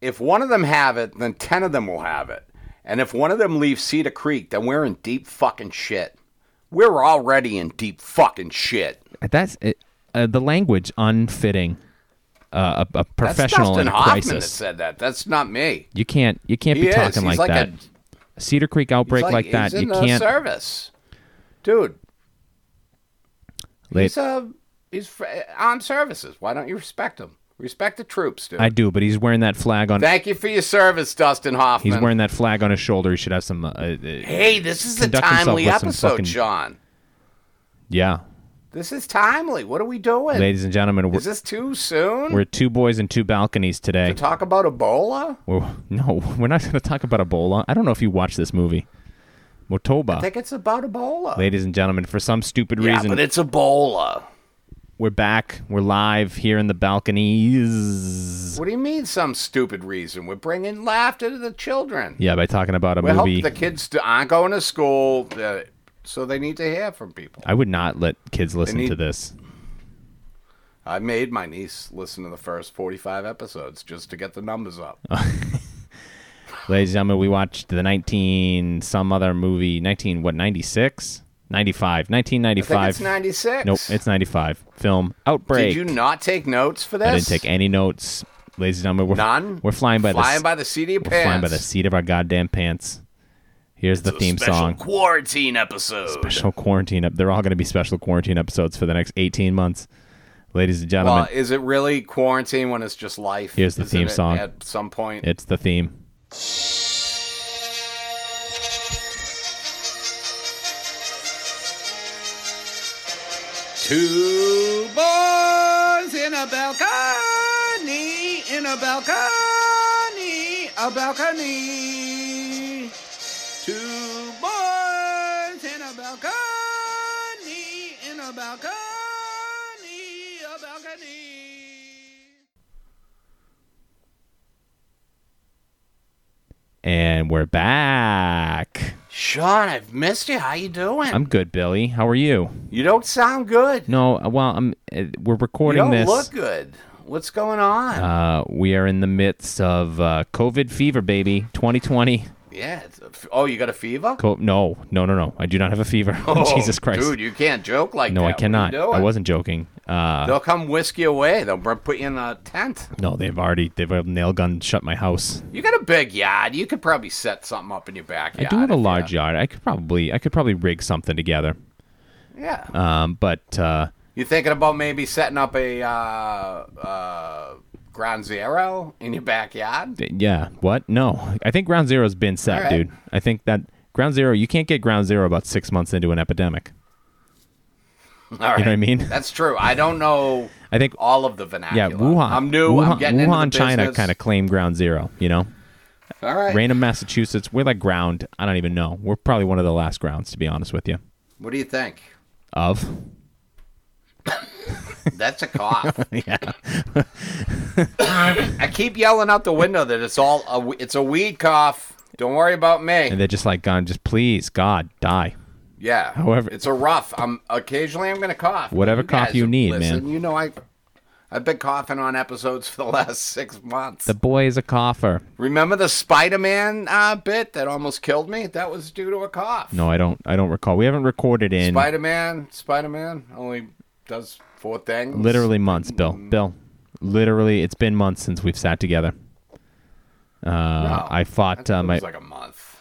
if one of them have it, then 10 of them will have it. And if one of them leaves Cedar Creek, then we're in deep fucking shit. We're already in deep fucking shit. That's it, uh, the language unfitting uh, a, a That's professional Dustin in Hoffman that crisis. said that. That's not me. You can't you can't He be is. talking He's like like, that. a- A Cedar Creek outbreak It's like, that. He's You in the can't. service, dude. Late- He's a he's fr- uh, on services. Why don't you respect him? Respect the troops, dude. I do, but he's wearing that flag on. Thank you for your service, Dustin Hoffman. He's wearing that flag on his shoulder. He should have some. Uh, uh, uh, Hey, this is a Conduct himself timely with some episode, fucking- Sean. yeah, This is timely. What are we doing? ladies and gentlemen, we're, is this too soon we're two boys and two balconies today. to talk about Ebola? We're, no, we're not going to talk about Ebola. I don't know if you watched this movie, Motoba. I think it's about Ebola. Ladies and gentlemen, for some stupid yeah, reason, but it's Ebola. we're back. We're live here in the balconies. What do you mean, some stupid reason? We're bringing laughter to the children. Yeah, by talking about a We movie. hope the kids do- aren't going to school, uh, so they need to hear from people. I would not let kids listen need- to this. I made my niece listen to the first 45 episodes just to get the numbers up. Ladies and gentlemen, we watched the 19 some other movie, 19 what 96, 95, I think 1995. it's 96. Nope, it's 95. Film Outbreak. Did you not take notes for this? I didn't take any notes. Ladies and gentlemen, we're None? We're flying by Flying the by the seat of your we're pants. flying by the seat of our goddamn pants. Here's the theme Special song. quarantine episode. Special quarantine. Up. They're all going to be special quarantine episodes for the next 18 months. Ladies and gentlemen, Well, Uh, is it really quarantine when it's just life? Here's the Isn't theme it song. At some point, it's the theme. two boys in a balcony, in a balcony, a balcony. Two boys in a balcony, in a balcony, a balcony. And we're back. Sean, I've missed you. How you doing? I'm good, Billy. How are you? you don't sound good. No, uh, well, I'm. Uh, we're You recording don't this. look good. What's going on? Uh, we are in the midst of uh, COVID fever, baby. 2020. yeah. It's a f- oh, you got a fever? Co- no, no, no, no. I do not have a fever. Oh, Jesus Christ. dude! You can't joke like that. no, I What are you cannot. doing? I wasn't joking. Uh, They'll come whisk you away. They'll br- put you in a tent. no, they've already they've already nail gun shut my house. You got a big yard. You could probably set something up in your backyard. I do have a if you- large yard. I could probably I could probably rig something together. Yeah. Um, but uh, you thinking about maybe setting up a uh, uh, ground zero in your backyard? th- yeah, what? No, I think Ground Zero's been set, All right. dude. I think that Ground Zero you can't get Ground Zero about six months into an epidemic. All right. You know what I mean? That's true. I don't know I think all of the yeah, vernacular. Wuhan. I'm new. Wuhan, I'm getting Wuhan, into the China, business. Eh. kind of claim Ground Zero. You know, All right. Raynham, Massachusetts. We're like ground. I don't even know. We're probably one of the last grounds, to be honest with you. What do you think? Of That's a cough. yeah, I keep yelling out the window that it's all a, w- it's a weed cough. Don't worry about me. and they're just like gone. Just please, God, die. Yeah. However- it's a rough. I'm occasionally I'm gonna cough. Whatever cough guys you need, listen, man. You know I, I've been coughing on episodes for the last six months. The boy is a cougher. Remember the Spider-Man uh, bit that almost killed me? That was due to a cough. No, I don't. I don't recall. We haven't recorded in Spider-Man, Spider-Man only does four things. literally months, Bill. Bill, literally, it's been months since we've sat together. Uh, I I fought think uh, it my was like a month.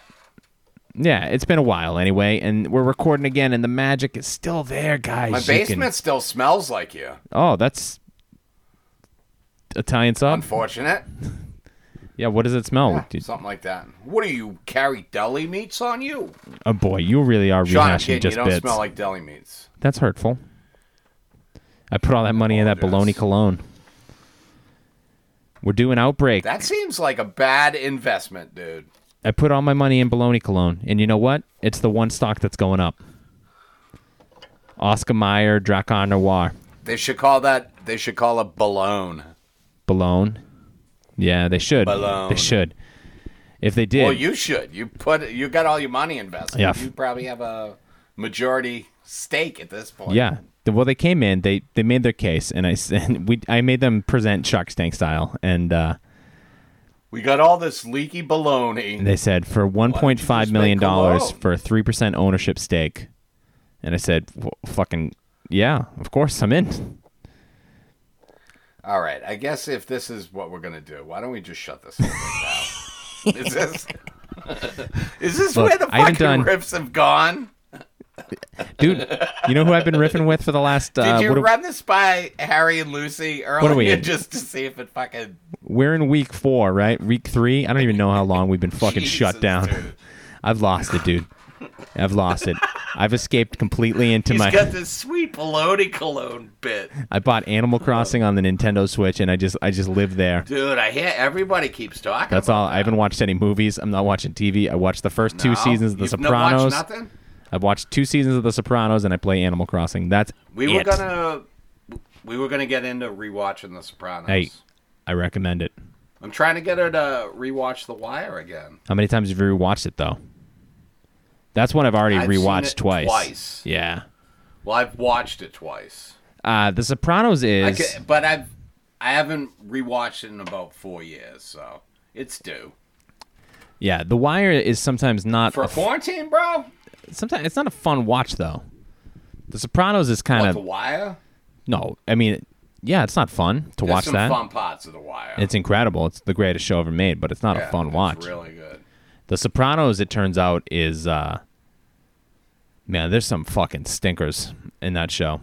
yeah. It's been a while anyway, and we're recording again, and the magic is still there, guys. My You can- basement still smells like you. Oh, that's Italian sub. Unfortunate. Yeah, what does it smell? Dude, Something like that. What do you carry deli meats on you? oh boy, you really are Sean, I'm rehashing kidding. just You don't bits. smell like deli meats. That's hurtful. I put all that money in that baloney cologne. We're doing outbreak. That seems like a bad investment, dude. I put all my money in baloney cologne, and you know what? It's the one stock that's going up. Oscar Mayer, Dracon Noir, They should call that. They should call it balone. Balone. Yeah, they should. They Balone. should. If they did, Well, you should. You put. You got all your money invested. Yeah. You probably have a majority stake at this point. Yeah. The- Well, they came in. They they made their case, and I s- and we I made them present Shark Tank style, and uh, We got all this leaky baloney. They said for one point five million dollars just make for a three percent ownership stake, and I said, "F- "Fucking yeah, of course I'm in." All right. I guess if this is what we're gonna do, why don't we just shut this whole thing down? is this is this Look, where the I haven't fucking done- riffs have gone? Dude, you know who I've been riffing with for the last? Did Uh, you what do- run this by Harry and Lucy are we earlier in? just to see if it fucking we're in week four, right? Week three. I don't even know how long we've been fucking shut Jesus, down. dude. I've lost it, dude. I've lost it. I've escaped completely into He's my. got this sweet baloney cologne bit. I bought Animal Crossing on the Nintendo Switch, and I just I just live there. Dude, I hear everybody keeps talking. That's about all. I haven't watched any movies. I'm not watching TV. I watched the first two it. seasons of The You've not watched Sopranos. nothing? I've watched two seasons of The Sopranos, and I play Animal Crossing. That's We were it. gonna we were gonna get into rewatching The Sopranos. Hey, I recommend it. I'm trying to get her to rewatch The Wire again. How many times have you rewatched it though? That's one I've already I've seen rewatched it twice. twice. Yeah. Well, I've watched it twice, Uh, the Sopranos I is ca- but I've I haven't rewatched it in about four years, so it's due yeah. The Wire is sometimes not for a a quarantine, bro. sometimes it's not a fun watch though. The Sopranos is kind What, The of Wire. no. I mean, yeah, it's not fun to There's watch some that. fun parts of The Wire. It's incredible. It's the greatest show ever made, but it's not Yeah, a fun it's watch. really good. The Sopranos, it turns out, is uh man, there's some fucking stinkers in that show.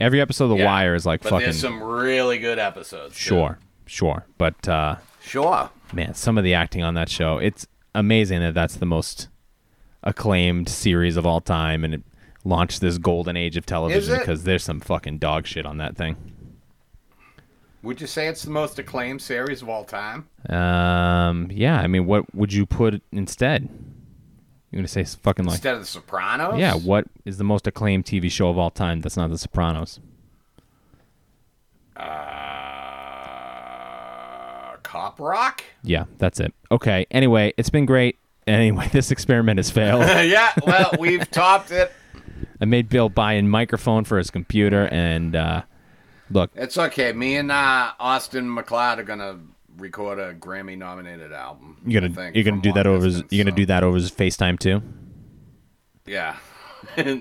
Every episode of The Yeah, Wire is like But fucking there's some really good episodes. too. sure, sure. But uh sure. man, some of the acting on that show, it's amazing that that's the most acclaimed series of all time, and it launched this golden age of television it? because there's some fucking dog shit on that thing. Would you say it's the most acclaimed series of all time? Um, yeah, I mean, what would you put instead? You're gonna say s- fucking like Instead of The Sopranos? Yeah, what is the most acclaimed TV show of all time that's not The Sopranos? Uh, Cop Rock? Yeah, that's it. Okay, anyway, it's been great. Anyway, this experiment has failed. Uh, yeah, well, we've topped it. I made Bill buy a microphone for his computer, and uh, look, It's okay. Me and uh, Austin McLeod are gonna record a Grammy nominated album. you're I gonna think, you're gonna from do that long over. His, distance, you're gonna so- do that over his FaceTime too. Yeah.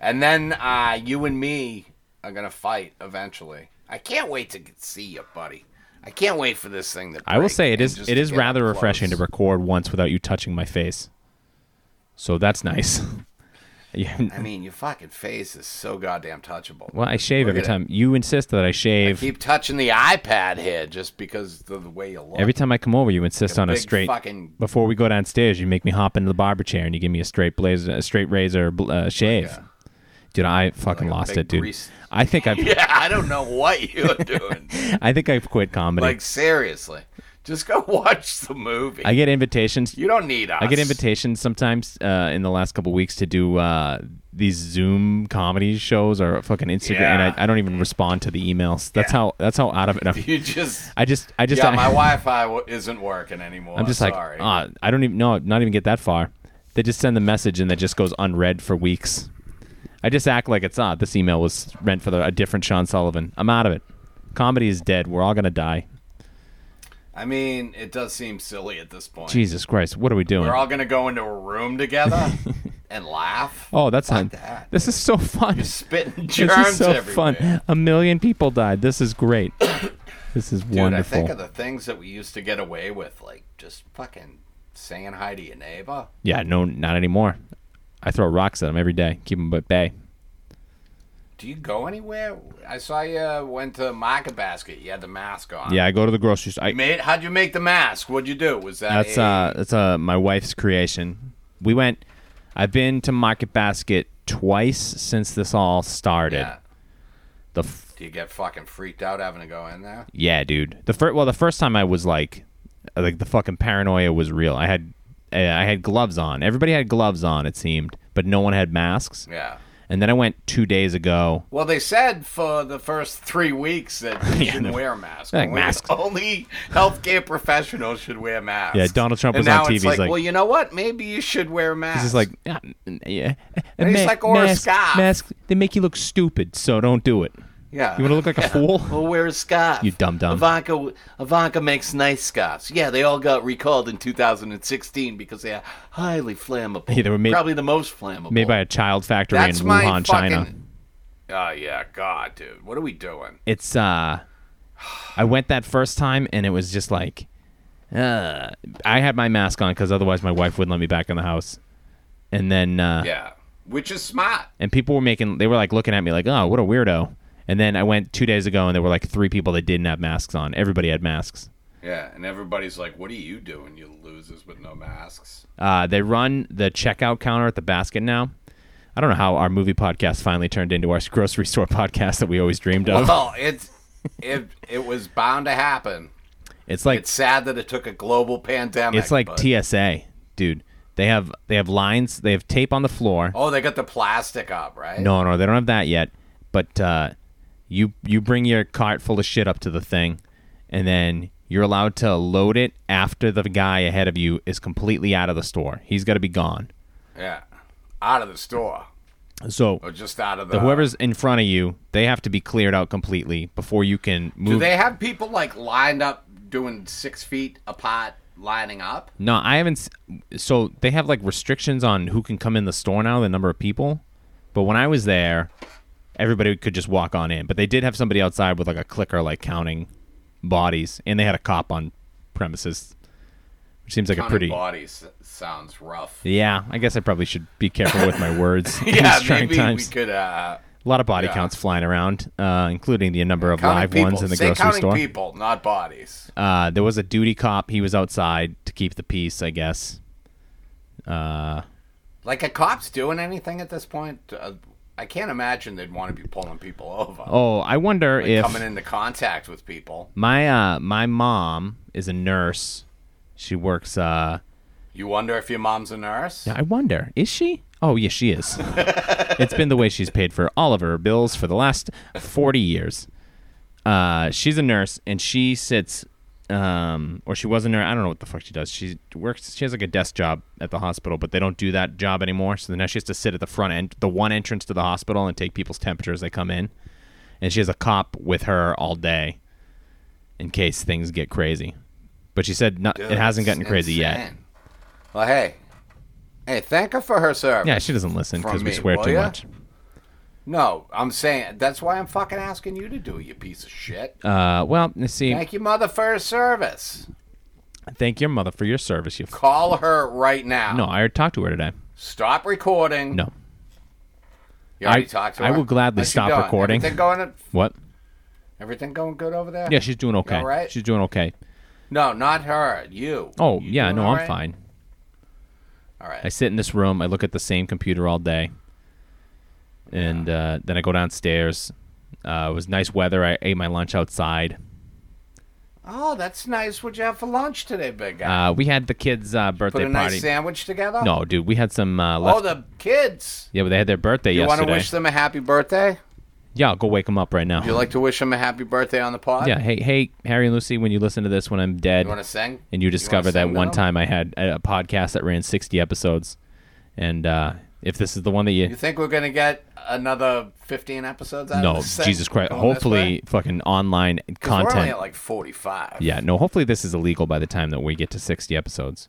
and then uh, you and me are gonna fight eventually. I can't wait to get- see you, buddy. I can't wait for this thing to. I will break say it and is just it to is get up rather close. refreshing to record once without you touching my face. So that's nice. Yeah, I mean, your fucking face is so goddamn touchable. well, I shave Look every at it. time. You insist that I shave. Keep touching the iPad here just because of the way you look. Every time I come over, you insist on a big straight. fucking- Before we go downstairs, you make me hop into the barber chair and you give me a straight blazer, a straight razor bl- uh, shave. a- dude, I fucking lost big it, dude. grease- I think I've, yeah, I don't know what you're doing. I think I've quit comedy. Like seriously, just go watch the movie. I get invitations. you don't need us. I get invitations sometimes uh, in the last couple weeks to do uh, these Zoom comedy shows or fucking Instagram, Yeah. and I, I don't even respond to the emails. That's how that's how out of it. I'm, You just. I just I just yeah, I, my Wi-Fi w- isn't working anymore. I'm just sorry. like, ah, I don't even know, not even get that far. They just send the message and that just goes unread for weeks. I just act like it's not. This email was rent for the, a different Sean Sullivan. I'm out of it. Comedy is dead. We're all gonna die. I mean, it does seem silly at this point. Jesus Christ, what are we doing? We're all gonna go into a room together and laugh. oh, that's Fuck fun. that. This is so fun. spitting germs This is so everywhere. fun. A million people died. This is great. this is Dude, wonderful. I think of the things that we used to get away with, like just fucking saying hi to your neighbor. yeah, no, not anymore. I throw rocks at them every day. Keep them at bay. Do you go anywhere? I saw you uh, went to Market Basket. You had the mask on. Yeah, I go to the grocery store. I- You made, how'd you make the mask? What'd you do? Was that That's a- uh that's uh my wife's creation. We went I've been to Market Basket twice since this all started. Yeah. The f- Do you get fucking freaked out having to go in there? yeah, dude. The first well, the first time I was like like the fucking paranoia was real. I had uh, I had gloves on. Everybody had gloves on it seemed, but no one had masks. Yeah. And then I went 2 days ago. Well, they said for the first three weeks that you Yeah, shouldn't no. wear masks. Like only, masks. Only healthcare professionals should wear masks. Yeah, Donald Trump and was on now TV, It's he's like, like- well, you know what? Maybe you should wear masks. This is like yeah, mm, yeah. he's like, or a mask, scarf. mask, they make you look stupid, so don't do it. Yeah. You want to look like a fool? Well, wear a scarf. You dumb dumb. Ivanka, Ivanka makes nice scarves. Yeah, they all got recalled in 2016 because they are highly flammable. Yeah, they were made- probably the most flammable. Made by a child factory That's in my fucking... Wuhan, China. Oh yeah, God, dude, what are we doing? It's uh, I went that first time and it was just like, uh, I had my mask on because otherwise my wife wouldn't let me back in the house. And then uh, Yeah, which is smart. and people were making they were like looking at me like oh what a weirdo and then i went two days ago and there were like three people that didn't have masks on everybody had masks Yeah, and everybody's like, "What are you doing, you losers with no masks?" uh, they run the checkout counter at the basket now i don't know how our movie podcast finally turned into our grocery store podcast that we always dreamed of Well, it's it it was bound to happen. it's like It's sad that it took a global pandemic. it's like but- tsa dude they have they have lines they have tape on the floor Oh, they got the plastic up, right? No, no, they don't have that yet. But uh, you you bring your cart full of shit up to the thing, and then you're allowed to load it after the guy ahead of you is completely out of the store. He's got to be gone. Yeah, out of the store So or just out of the the, whoever's in front of you, they have to be cleared out completely before you can Do move. they have people like lined up doing six feet apart, lining up? no, I haven't. s- So they have like restrictions on who can come in the store now, the number of people. But when I was there, everybody could just walk on in. But they did have somebody outside with like a clicker, like counting bodies, and they had a cop on premises, which seems like a Counting pretty. bodies sounds rough. Yeah, I guess I probably should be careful with my words. in Yeah, these trying maybe times. we could. Uh, A lot of body yeah. counts flying around, uh, including the number of counting live people. ones in the Say grocery counting store. people, not bodies. Uh, there was a duty cop. He was outside to keep the peace, I guess. Like, a cop's doing anything at this point? Uh, I can't imagine they'd want to be pulling people over. Oh, I wonder if Coming into contact with people. my uh, my mom is a nurse. She works. Uh, You wonder if your mom's a nurse? I wonder, is she? Oh, yeah, she is. it's been the way she's paid for all of her bills for the last 40 years. Uh, she's a nurse, and she sits, um, or she was a nurse. I don't know what the fuck she does. She works. She has like a desk job at the hospital, but they don't do that job anymore. So now she has to sit at the front end, the one entrance to the hospital, and take people's temperature as they come in. And she has a cop with her all day, in case things get crazy. But she said not, Dude, it hasn't it's gotten crazy yet. insane. Well, hey. Hey, thank her for her service. Yeah, she doesn't listen From because we me, swear will too ya? much. No, I'm saying that's why I'm fucking asking you to do it, you piece of shit. Uh, well, let's see, Thank you, mother, for her service. thank your mother for your service. You f- Call her right now. no, I already talked to her today. Stop recording. No, You already I- talked to I her? will gladly How's she stop doing? recording. Everything going, what? everything going good over there? Yeah, she's doing okay. all right? She's doing okay. No, not her. You. Oh You yeah, doing no, all I'm right? fine. All I right. sit in this room. I look at the same computer all day, and uh, then I go downstairs. Uh, it was nice weather. I ate my lunch outside. Oh, that's nice. What'd you have for lunch today, big guy? Uh, we had the kids' uh, Put birthday a nice party. sandwich together. no, dude, we had some uh, Oh, left. the kids. yeah, but they had their birthday You want yesterday. to wish them a happy birthday? yeah, I'll go wake them up right now. You like to wish them a happy birthday on the pod? yeah, hey, hey, Harry and Lucy, when you listen to this, when I'm dead, You want to sing? and you wanna discover sing that to one them? time I had a a podcast that ran 60 episodes, and uh, if this is the one that you, You think we're gonna get another fifteen episodes out no, of this? thing Jesus Christ, going this hopefully way? fucking online 'Cause We're only content. at like forty-five. yeah, no, hopefully this is illegal by the time that we get to 60 episodes.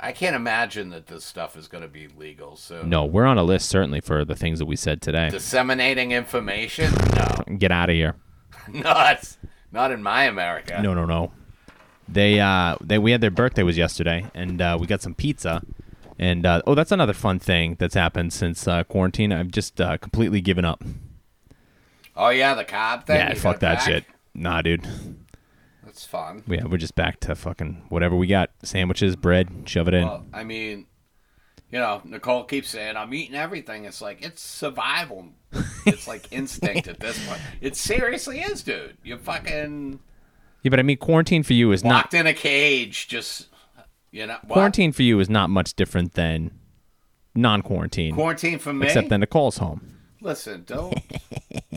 I can't imagine that this stuff is gonna be legal soon. No, we're on a list certainly for the things that we said today. Disseminating information? No, Get out of here. not not in my America. No, no, no. They uh they we had their birthday was yesterday and uh, we got some pizza. And uh, oh, that's another fun thing that's happened since uh, quarantine. I've just uh, completely given up. Oh yeah, the cob thing. yeah, you got fuck that back? shit. Nah, dude. That's fun. Yeah, we're just back to fucking whatever we got. Sandwiches, bread, shove it in. Well, I mean, you know, Nicole keeps saying I'm eating everything. It's like it's survival. it's like instinct at this point. It seriously is, dude. You fucking yeah, but I mean, quarantine for you is not locked in a cage, just you know. What? quarantine for you is not much different than non-quarantine, Quarantine for me. except that Nicole's home. Listen, don't.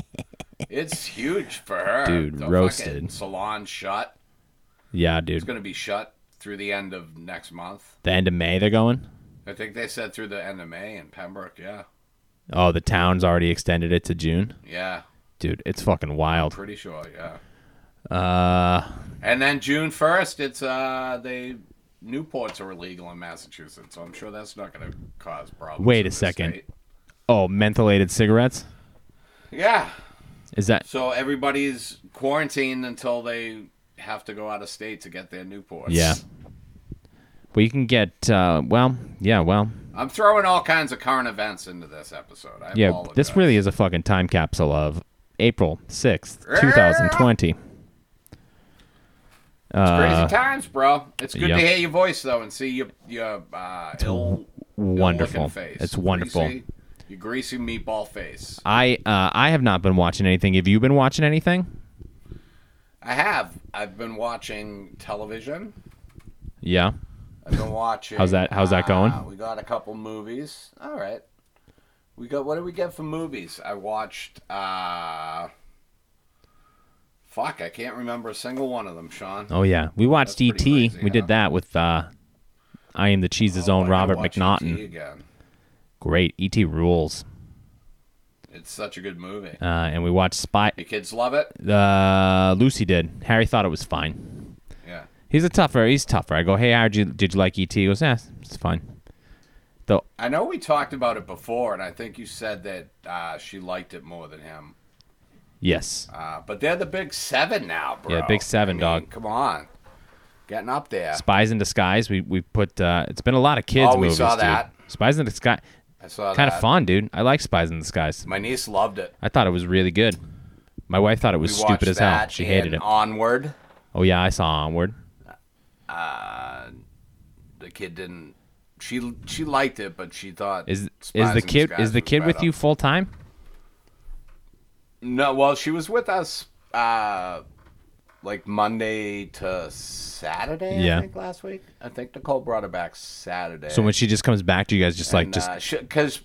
it's huge for her, Dude, The fucking roasted. Salon shut. Yeah, dude. It's gonna be shut through the end of next month. The end of May they're going. I think they said through the end of May in Pembroke. Yeah, Oh, the town's already extended it to June. yeah. dude. It's fucking wild. Pretty sure, yeah. Uh, And then June first, it's uh they Newports are illegal in Massachusetts, so I'm sure that's not going to cause problems. Wait in a the second. state. oh, mentholated cigarettes. Yeah. Is that So everybody's quarantined until they have to go out of state to get their Newports. Yeah. well? You can get. Uh, well, yeah. Well, I'm throwing all kinds of current events into this episode. I yeah. apologize. This really is a fucking time capsule of April sixth, two thousand twenty. It's crazy times, bro. It's good yep. to hear your voice though and see your your uh, ill, Wonderful. ill-looking face. It's wonderful. Greasy, your greasy meatball face. I uh, I have not been watching anything. Have you been watching anything? I have. I've been watching television. Yeah. I've been watching. How's that- how's that going? Uh, we got a couple movies. All right. We got. What did we get for movies? I watched. uh Fuck, I can't remember a single one of them, Sean. Oh yeah. We watched pretty ET. We crazy, huh? did that with uh, I am the cheese's Oh, I own gotta Robert watch McNaughton. ET again. Great. ET rules. It's such a good movie. Uh, and we watched Spy. Your kids love it. Uh, Lucy did. Harry thought it was fine. Yeah. He's a tougher. He's tougher. I go, hey, Harry, did you, did you like ET? He goes, yeah, it's fine. Though I know we talked about it before, and I think you said that uh, she liked it more than him. yes, Uh, but they're the big seven now, bro. Yeah, big seven, I mean, dog. Come on, getting up there. Spies in Disguise. We we put. Uh, it's been a lot of kids Oh, we movies. saw dude. that. Spies in Disguise. I saw Kind that. of fun, dude. I like Spies in Disguise. My niece loved it. I thought it was really good. My wife thought it was watched stupid as hell. that She hated and it. Onward. Oh yeah, I saw Onward. Uh, The kid didn't. She she liked it, but she thought Is Spies is the in kid Disguise is the was kid with better. you full time? No, well, she was with us, uh, like Monday to Saturday. Yeah. I think last week. I think Nicole brought her back Saturday. So when she just comes back to you guys, just like just because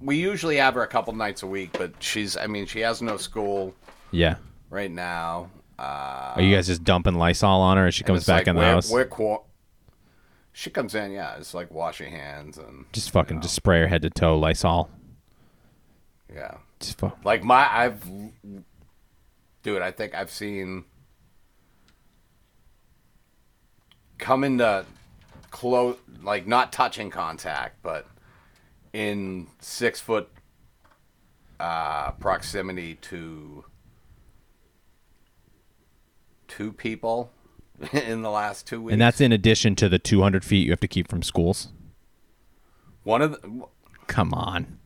we usually have her a couple nights a week, but she's I mean she has no school yeah. right now. Uh, Are you guys just dumping Lysol on her as she comes it's back like in the we're- house? We're qua- she comes in, yeah. It's like wash your hands and just fucking just spray her head to toe Lysol. yeah. Just fu- Like my I've dude, I think I've seen come into close like not touching contact, but in six foot uh proximity to two people in the last two weeks. and that's in addition to the 200 feet you have to keep from schools. one of the Come on,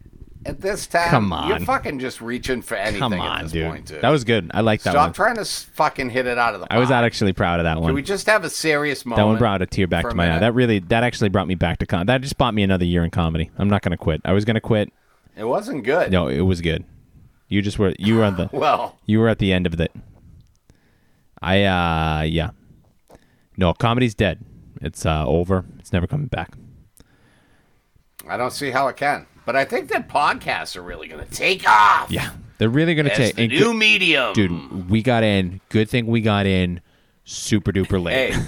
at this time Come you're on. fucking just reaching for anything come at on, this dude. point, dude. That was good. I like that Stop one. trying to s- fucking hit it out of the. I was park. actually proud of that Can one. we just have a serious moment? that one brought a tear back for to a my eye. minute? That really, that actually brought me back to con. That just bought me another year in comedy. I'm not gonna quit. I was gonna quit. It wasn't good. No, it was good. You just were. You were on the. Well, You were at the end of it. I uh yeah. No, comedy's dead. It's uh over. It's never coming back. I don't see how it can. But I think that podcasts are really going to take off. Yeah. They're really gonna As take the and new good- medium. dude, we got in. Good thing we got in super duper late. Hey,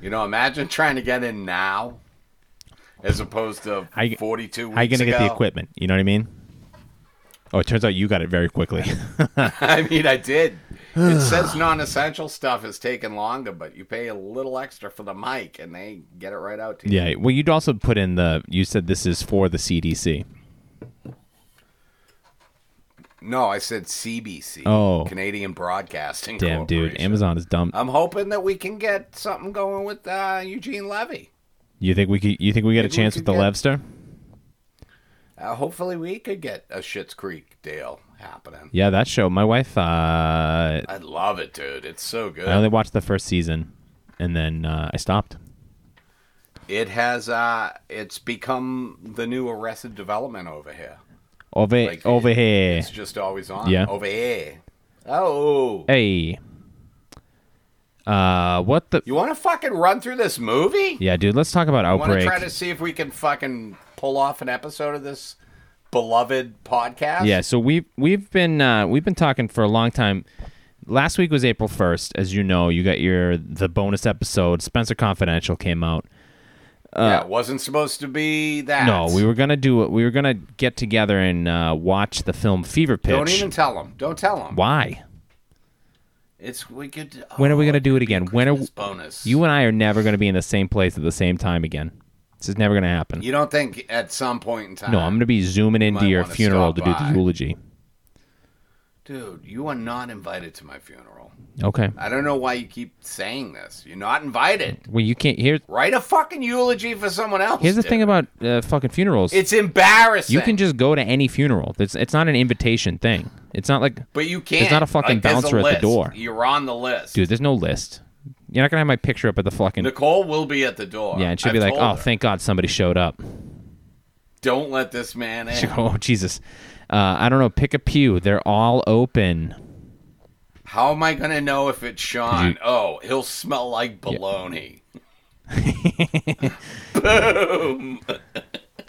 you know, imagine trying to get in now as opposed to How you- 42 weeks How you gonna get the ago. equipment? You know what I mean? Oh, it turns out you got it very quickly. I mean, I did. It says non essential stuff is taking longer, but you pay a little extra for the mic and they get it right out to you. yeah. Well, you'd also put in the. You said this is for the CDC. No, I said CBC. Oh. Canadian Broadcasting Damn, dude. Corporation. Uh, Amazon is dumb. I'm hoping that we can get something going with uh, Eugene Levy. You think we could? You think we got a Maybe we chance could with the get- Levster? Uh, hopefully, we could get a Schitt's Creek deal happening. Yeah, that show. My wife. uh I love it, dude. It's so good. I only watched the first season, and then uh, I stopped. it has. Uh, it's become the new Arrested Development over here. Over, Like, over here. It's just always on. Yeah. Over here. Oh. Hey. Uh, what the? You want to fucking run through this movie? Yeah, dude. Let's talk about I want to outbreak. try to see if we can fucking pull off an episode of this beloved podcast. Yeah, so we've we've been uh, we've been talking for a long time. Last week was April first, as you know. You got your the bonus episode. Spencer Confidential came out. yeah, it wasn't supposed to be that. Uh, No, we were gonna do it. We were gonna get together and uh, watch the film Fever Pitch. Don't even tell them. Don't tell them. Why? It's we could. When are we oh, gonna do it could be a again? When are Christmas bonus? you and I are never gonna be in the same place at the same time again? This is never gonna happen. You don't think at some point in time? no, I'm gonna be zooming into might your wanna funeral to stop do by. the eulogy. Dude, you are not invited to my funeral. Okay. I don't know why you keep saying this. You're not invited. Well, you can't. Here's Write a fucking eulogy for someone else. here's the dude. thing about uh, fucking funerals. it's embarrassing. you can just go to any funeral. It's it's not an invitation thing. It's not like but you can't. not a fucking Like, there's a bouncer at the list. door. You're on the list. dude. There's no list. You're not gonna have my picture up at the fucking. Nicole will be at the door. yeah, and she'll I've be like, told "Oh, her, thank God somebody showed up." don't let this man in." Oh Jesus, uh, I don't know. Pick a pew. They're all open. How am I gonna know if it's Sean? you- Oh, he'll smell like baloney. Boom.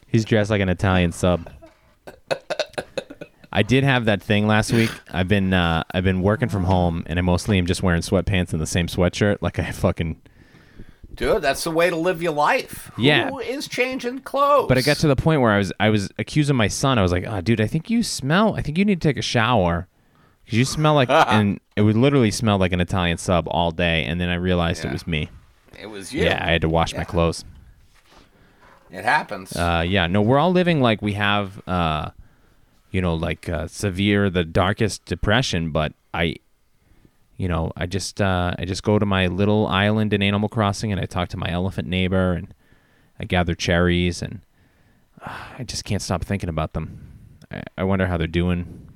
He's dressed like an Italian sub. I did have that thing last week. I've been uh, I've been working from home, and I mostly am just wearing sweatpants and the same sweatshirt. Like I fucking. Dude, that's the way to live your life. Yeah. Who is changing clothes? But I got to the point where I was I was accusing my son. I was like, "Oh, dude, I think you smell. I think you need to take a shower because you smell like." and it would literally smell like an Italian sub all day. And then I realized it Yeah. was me. It was you. Yeah, I had to wash my clothes. It happens. Uh, yeah, no, we're all living like we have, uh, you know, like uh, severe, the darkest depression. But I, you know, I just uh, I just go to my little island in Animal Crossing and I talk to my elephant neighbor and I gather cherries and uh, I just can't stop thinking about them. I, I wonder how they're doing.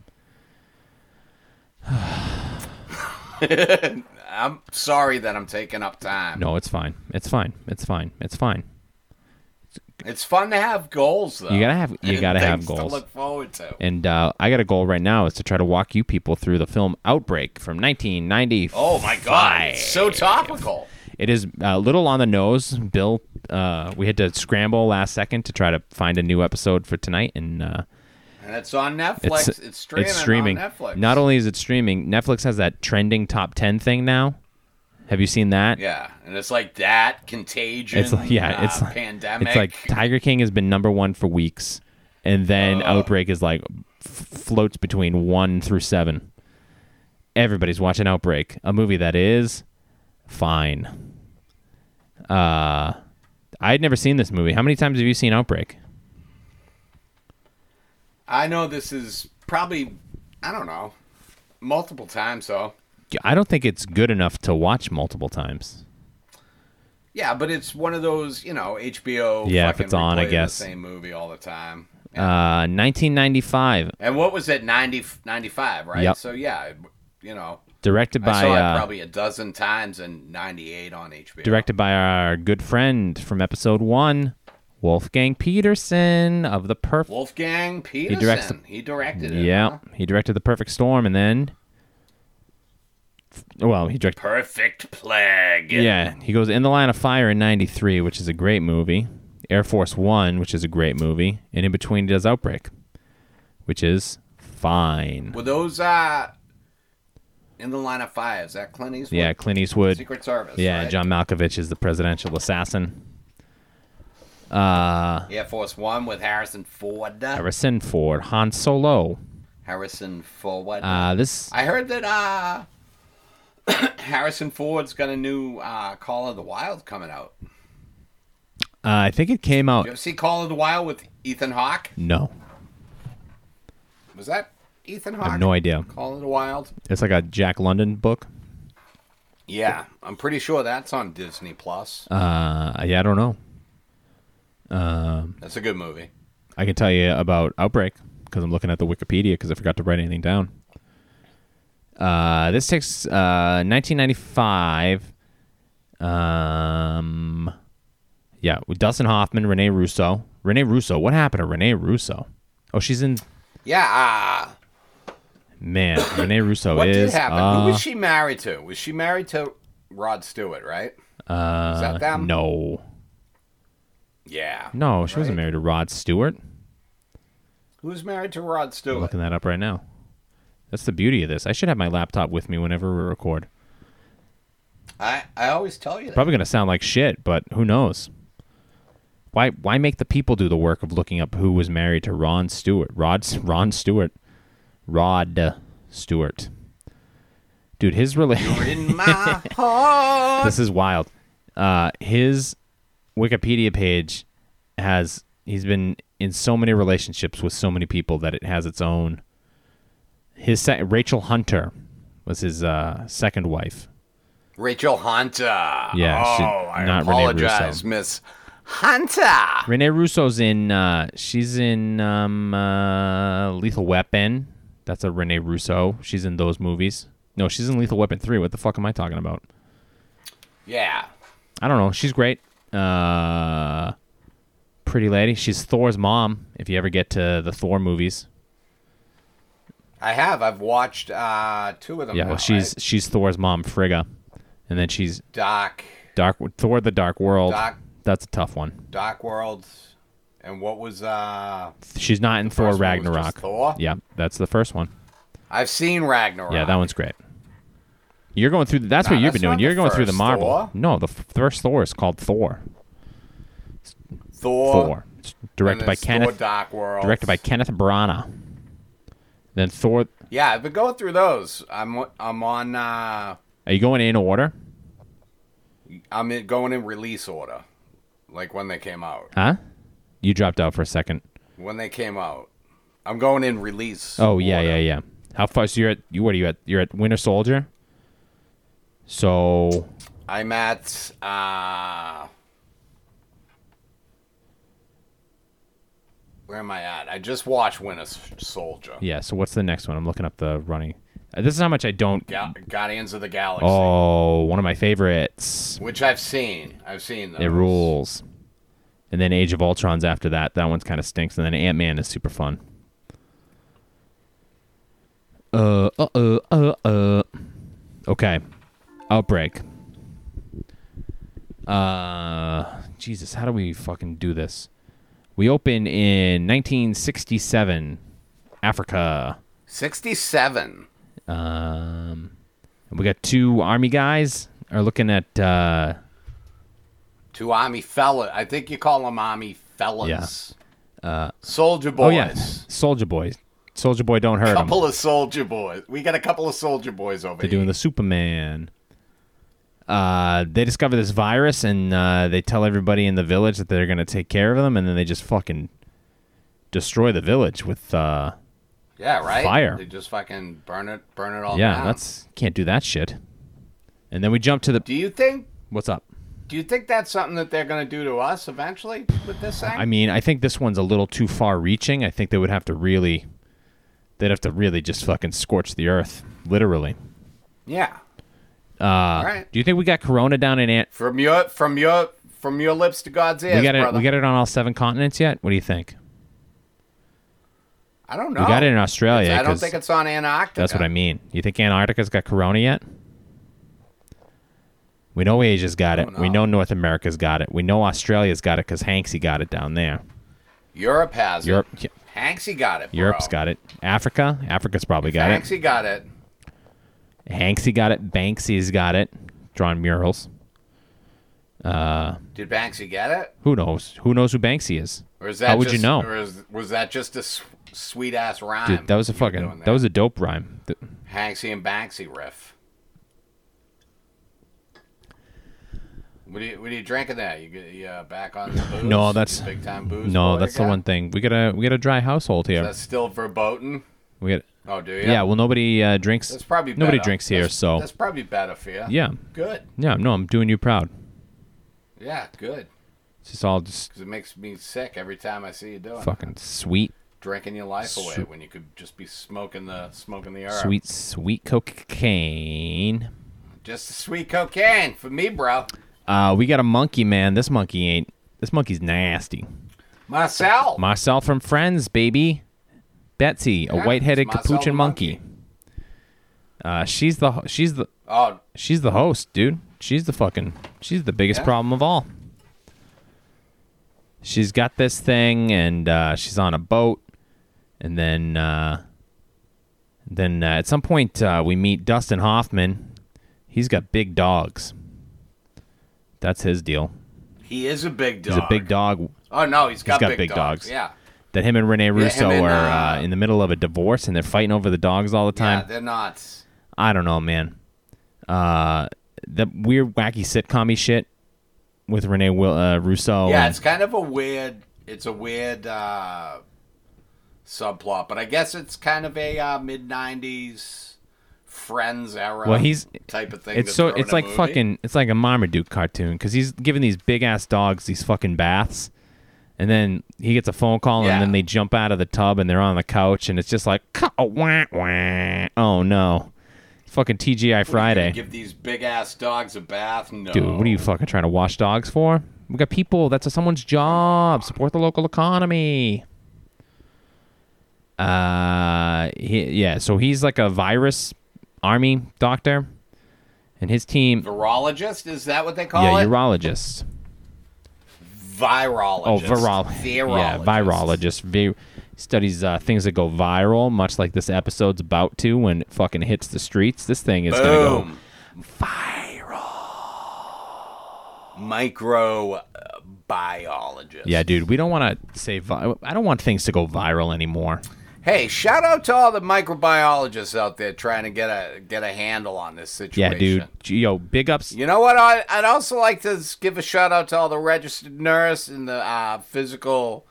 I'm sorry that I'm taking up time. No, it's fine. It's fine. It's fine. It's fine. It's fun to have goals though. You gotta have you And gotta have things goals. to look forward to. and uh, I got a goal right now is to try to walk you people through the film Outbreak from 1990. Oh my god, it's so topical. It is a little on the nose. Bill, uh, we had to scramble last second to try to find a new episode for tonight, and uh, And it's on Netflix. it's It's, streaming, it's streaming. on Netflix. Not only is it streaming, Netflix has that trending top ten thing now. Have you seen that? yeah, and it's like that contagion. It's like yeah, uh, it's like, pandemic. It's like Tiger King has been number one for weeks, and then Outbreak is like f- floats between one through seven. Everybody's watching Outbreak, a movie that is fine. Uh, I had never seen this movie. How many times have you seen Outbreak? I know this is probably I don't know multiple times though. I don't think it's good enough to watch multiple times. Yeah, but it's one of those you know HBO. Yeah, if fucking it's on, I replay the guess. same movie all the time. Uh, 1995, And what was it 90, 95, right? Yep. So yeah, it- you know, directed by I saw it uh, probably a dozen times in '98 on HBO. directed by our good friend from episode one, Wolfgang Peterson of the Perfect. Wolfgang Peterson. He, directs directed it. Yeah, huh? he directed The Perfect Storm, and then, well, he directed. Perfect Plague. Yeah, he goes in the line of fire in '93, which is a great movie. Air Force One, which is a great movie, and in between he does Outbreak, which is fine. Were those uh, in the line of fire? Is that Clint Eastwood? Yeah, Clint Eastwood. Secret Service. yeah, right? John Malkovich is the presidential assassin. Air Force One with Harrison Ford. Harrison Ford, Han Solo. Harrison Ford. Uh, this I heard that uh, Harrison Ford's got a new uh, Call of the Wild coming out. Did Uh, I think it came out. you ever see Call of the Wild with Ethan Hawke? No, Was that Ethan Hawke? I have no idea. Call of the Wild. It's like a Jack London book. Yeah, I'm pretty sure that's on Disney Plus. Uh, yeah, I don't know. That's a good movie. I can tell you about Outbreak because I'm looking at the Wikipedia because I forgot to write anything down. Uh, this takes uh, 1995. Um, yeah, with Dustin Hoffman, Renee Russo. Renee Russo. What happened to Renee Russo? Oh, she's in. Yeah. Uh, Man, Renee Russo what did is. happen? uh, Who was she married to? Was she married to Rod Stewart? Right. Uh, Is that them? No, Yeah. no, she wasn't married to Rod Stewart. Who was married to Rod Stewart? looking that up right now. That's the beauty of this. I should have my laptop with me whenever we record. I I always tell you that. Probably gonna sound like shit, but who knows? Why why make the people do the work of looking up who was married to Ron Stewart? Rod Ron Stewart. Rod Stewart. Dude, his relation In my heart. This is wild. Uh, his Wikipedia page has he's been in so many relationships with so many people that it has its own. His se- Rachel Hunter was his uh, second wife. Rachel Hunter. Yeah, Oh, she- I not Renee Russo. apologize, Miss Hunter. Renee Russo's in. Uh, she's in um, uh, Lethal Weapon. That's a Renee Russo. She's in those movies. No, she's in Lethal Weapon three. What the fuck am I talking about? Yeah. I don't know. She's great. Uh, pretty lady. She's Thor's mom. If you ever get to the Thor movies, I have. I've watched uh, two of them. yeah, now. she's she's Thor's mom, Frigga, and then she's I- Doc, Dark Thor: The Dark World. Doc- That's a tough one. Doc World, and what was? uh She's not in Thor first one was just Ragnarok. Thor? Yeah, that's the first one. I've seen Ragnarok. Yeah, that one's great. You're going through. The, that's Nah, what you've that's been doing. not You're the going through the first Marvel. Thor. No, the f- first Thor is called Thor. Thor. Thor. It's and directed by it's Thor Kenneth. Doc World. Directed by Kenneth Branagh. Then Thor. Yeah, I've been going through those. I'm I'm on. uh Are you going in order? I'm in, going in release order, like when they came out. Huh? You dropped out for a second. When they came out, I'm going in release. Oh yeah, order. yeah, yeah. How far? So you're at you? What are you at? You're at Winter Soldier. So I'm at. uh Where am I at? I just watched Winter S- Soldier. yeah. So what's the next one? I'm looking up the running. Uh, This is how much I don't. Ga- Guardians of the Galaxy, Oh, one of my favorites. which I've seen. I've seen those. It rules. And then Age of Ultron's after that. That one's kind of stinks. And then Ant Man is super fun. Uh, uh, uh, uh, uh. Okay. Outbreak. Uh, Jesus, how do we fucking do this? We open in 1967, Africa. Sixty-seven. Um, we got two army guys are looking at, uh, Two army fella. I think you call them army fellas. Uh, soldier boys. oh, yeah, Soldier Boy. Soldier Boy, don't hurt him. couple of soldier boys. We got a couple of soldier boys over They're here. doing the Superman. Uh, they discover this virus and uh, they tell everybody in the village that they're gonna take care of them, and then they just fucking destroy the village with. Uh, yeah, right. fire. They just fucking burn it, burn it all yeah, down. that's can't do that shit. And then we jump to the. Do you think? What's up? Do you think that's something that they're gonna do to us eventually with this thing? I mean, I think this one's a little too far-reaching. I think they would have to really, they'd have to really just fucking scorch the earth, literally. yeah. Uh, all right. Do you think we got Corona down in Ant? From your from your from your lips to God's ears, we got it. brother. We got it on all seven continents yet. What do you think? I don't know. We got it in Australia. I don't 'cause- think it's on Antarctica. That's what I mean. You think Antarctica's got corona yet? We know Asia's got Oh, it. We know North America's got it. We know Australia's got it because Hanksy got it down there. Europe has Europe, it. Hanksy got it. Bro. Europe's got it. Africa, Africa's probably got it. Hanksy got it. Hanksy got it. Banksy's got it. Drawing murals. Did Banksy get it? Who knows? Who knows who Banksy is? Or is that How would just, you know? Or is, was that just a sweet ass rhyme? Dude, that was a you were fucking. doing That. there? was a dope rhyme. Th- Hanksy and Banksy riff. What are you, what are you drinking there? You, get- you uh, back on the booze? No, that's- big time booze. No, boy that's the guy? one thing. We got a we got a dry household here. That's still verboten. We got. Oh, do you? Yeah. well, nobody uh, drinks. That's probably nobody better. drinks here. That's- so that's probably better for you. yeah, Good. yeah. No, I'm doing you proud. Yeah, good. It's just all just Because it makes me sick every time I see you doing. it. fucking sweet, Drinking your life away when you could just be smoking the smoking the herb. sweet, sweet cocaine. Just the sweet cocaine for me, bro. Uh, we got a monkey, man. This monkey ain't. This monkey's nasty. Myself. Marcel from Friends, baby. Betsy, a Yeah, white-headed it's Marcel capuchin the monkey. Uh, she's the she's the oh, she's the host, dude. She's the fucking she's the biggest Yeah. problem of all. She's got this thing, and uh, she's on a boat, and then uh, then uh, at some point uh, we meet Dustin Hoffman. He's got big dogs. That's his deal. he is a big dog. He's a big dog Oh no, he's got, got big, big dogs. dogs. Yeah. That him and Rene Russo and, are uh, uh, in the middle of a divorce and they're fighting over the dogs all the time. Yeah, they're not. I don't know, man. Uh, that weird, wacky sitcom shit with Rene Will- uh, Russo. Yeah, and- it's kind of a weird. It's a weird uh, subplot, but I guess it's kind of a uh, mid '90s Friends era. Well, he's- type of thing. it's that's so thrown in it's a like movie. fucking it's like a Marmaduke cartoon because he's giving these big ass dogs these fucking baths, and then he gets a phone call Yeah. and then they jump out of the tub and they're on the couch and it's just like "Caw, wah, wah." oh no, fucking TGI Friday, Give these big ass dogs a bath. No, dude. What are you fucking trying to wash dogs for? We got people. That's someone's job. Support the local economy. Uh, he, yeah. So he's like a virus army doctor, and his team. Virologist? Is that what they call Yeah, it? urologist. Virologist. Oh, viral. Virologist. Yeah, virologist. Vi- studies uh, things that go viral, much like this episode's about to when it fucking hits the streets. This thing is going to Boom. Microbiologist. go. Yeah, dude, we don't want to say. Vi- I don't want things to go viral anymore. Hey, shout out to all the microbiologists out there trying to get a get a handle on this situation. Yeah, dude. Yo, big ups. You know what? I, I'd also like to s- give a shout out to all the registered nurse and the uh, physical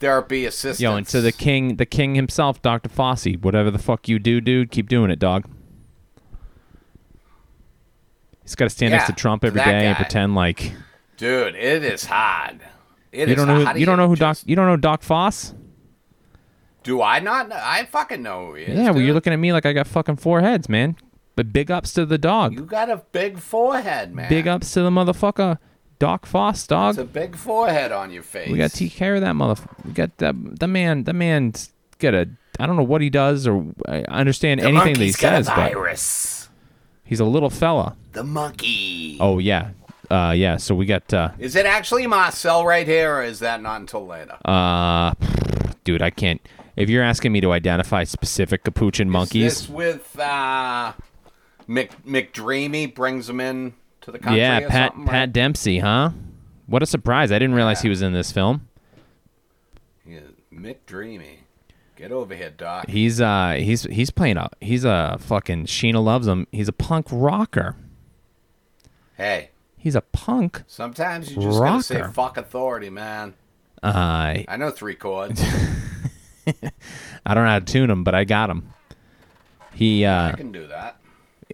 therapy assistants. Yo, and to the king, the king himself, Dr. Fossey, whatever the fuck you do, dude, keep doing it, dog. He's got to stand next to Yeah, Trump to every day that and guy. pretend like dude, it is hard. It you is don't know. hard Who, you don't know who Doc. just- You don't know Doc Foss. Do I not? Know? I fucking know who he is. Yeah, well, dude. you're looking at me like I got fucking four heads, man. But big ups to the dog. You got a big forehead, man. big ups to the motherfucker, Doc Foss, It's a dog. big forehead on your face. We got to take care of that motherfucker. We got that. The man. The man's got a. I don't know what he does or I understand The anything that he monkey's got a says, but virus. he's a little fella. The monkey. Oh yeah, uh, yeah. So we got, uh, Is it actually Marcel right here, or is that not until later? uh, dude. I can't. If you're asking me to identify specific capuchin monkeys, This with uh, Mc, McDreamy brings him in to the country. yeah, or Pat something, Pat right? Dempsey, huh? What a surprise! I didn't realize he was in this film. Yeah, McDreamy, get over here, Doc. He's uh he's he's playing a he's a fucking Sheena loves him. He's a punk rocker. Hey, He's a punk. sometimes you just gotta say Rocker. fuck authority, man. Uh, I know three chords. I don't know how to tune him, but I got him. He I uh can do that.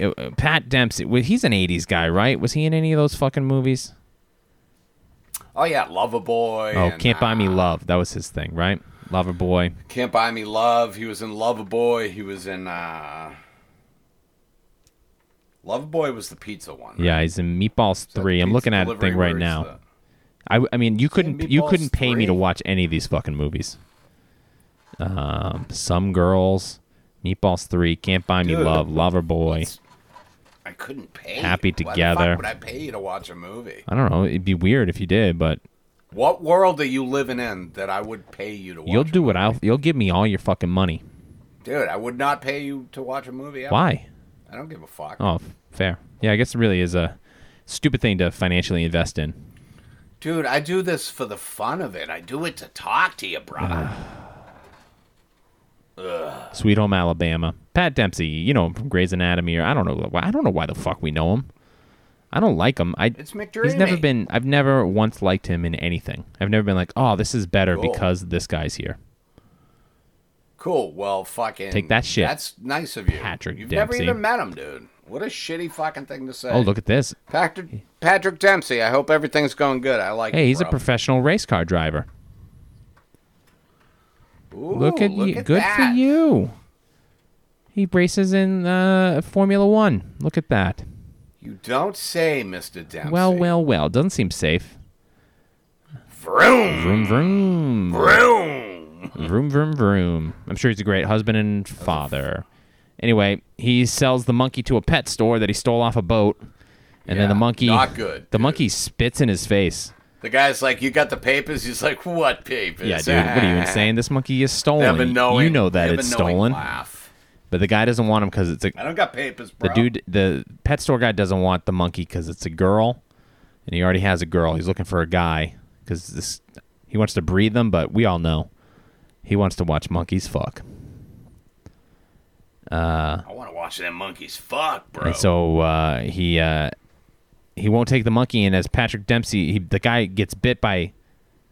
uh, Pat Dempsey. well, He's an '80s guy, right? Was he in any of those fucking movies? Oh yeah, Loverboy. Oh, and, Can't Buy Me uh, Love. That was his thing, right? Lover Boy. Can't Buy Me Love. He was in Loverboy. He was in. uh Loverboy was the pizza one. right? Yeah, he's in Meatballs That Three. I'm pizza looking at the delivery thing right where now. it's uh, I, I mean, you couldn't you Meatballs couldn't pay me to 3? watch any of these fucking movies. Um, Some Girls, Meatballs Three, Can't Buy Me Dude, Love, Lover Boy. it's- the- I couldn't pay. Happy you. Why the Together. fuck would I pay you to watch a movie? I don't know. It'd be weird if you did, but What world are you living in that I would pay you to watch? you'll a do what movie? I'll. You'll give me all your fucking money. Dude, I would not pay you to watch a movie. ever. Why? I don't give a fuck. Oh, f- fair. Yeah, I guess it really is a stupid thing to financially invest in. Dude, I do this for the fun of it. I do it to talk to you, brother. Uh-huh. Sweet Home Alabama. Pat Dempsey. You know him from Grey's Anatomy, or I don't know. why- I don't know why the fuck we know him. I don't like him. I It's McDreamy. He's never been. I've never once liked him in anything. I've never been like, oh, this is better Cool. because this guy's here. Cool. Well, fucking Take that shit. That's nice of you, Patrick You've never Dempsey. even met him, dude. What a shitty fucking thing to say. Oh, look at this. Patrick Patrick Dempsey. I hope everything's going good. I like. Hey, you, he's a bro. professional race car driver. Ooh, Look at you. Good that. for you. He races in uh, Formula One. Look at that. You don't say, Mister Dempsey. Well, well, well. Doesn't seem safe. Vroom, Vroom, vroom. vroom. Vroom, vroom, vroom. I'm sure he's a great husband and father. Anyway, he sells the monkey to a pet store that he stole off a boat. And Yeah, then the monkey. not good, The dude. monkey spits in his face. The guy's like, "You got the papers?" He's like, "What papers?" Yeah, dude. What uh, are you insane? This monkey is stolen. Never knowing, you know that never it's knowing stolen, Laugh. but the guy doesn't want him because it's a I don't got papers, the bro. dude. The pet store guy doesn't want the monkey because it's a girl, and he already has a girl. He's looking for a guy because this He wants to breed them, but we all know he wants to watch monkeys fuck. I want to watch them monkeys fuck, bro. And so uh, he uh, he won't take the monkey, and as Patrick Dempsey, he, the guy gets bit by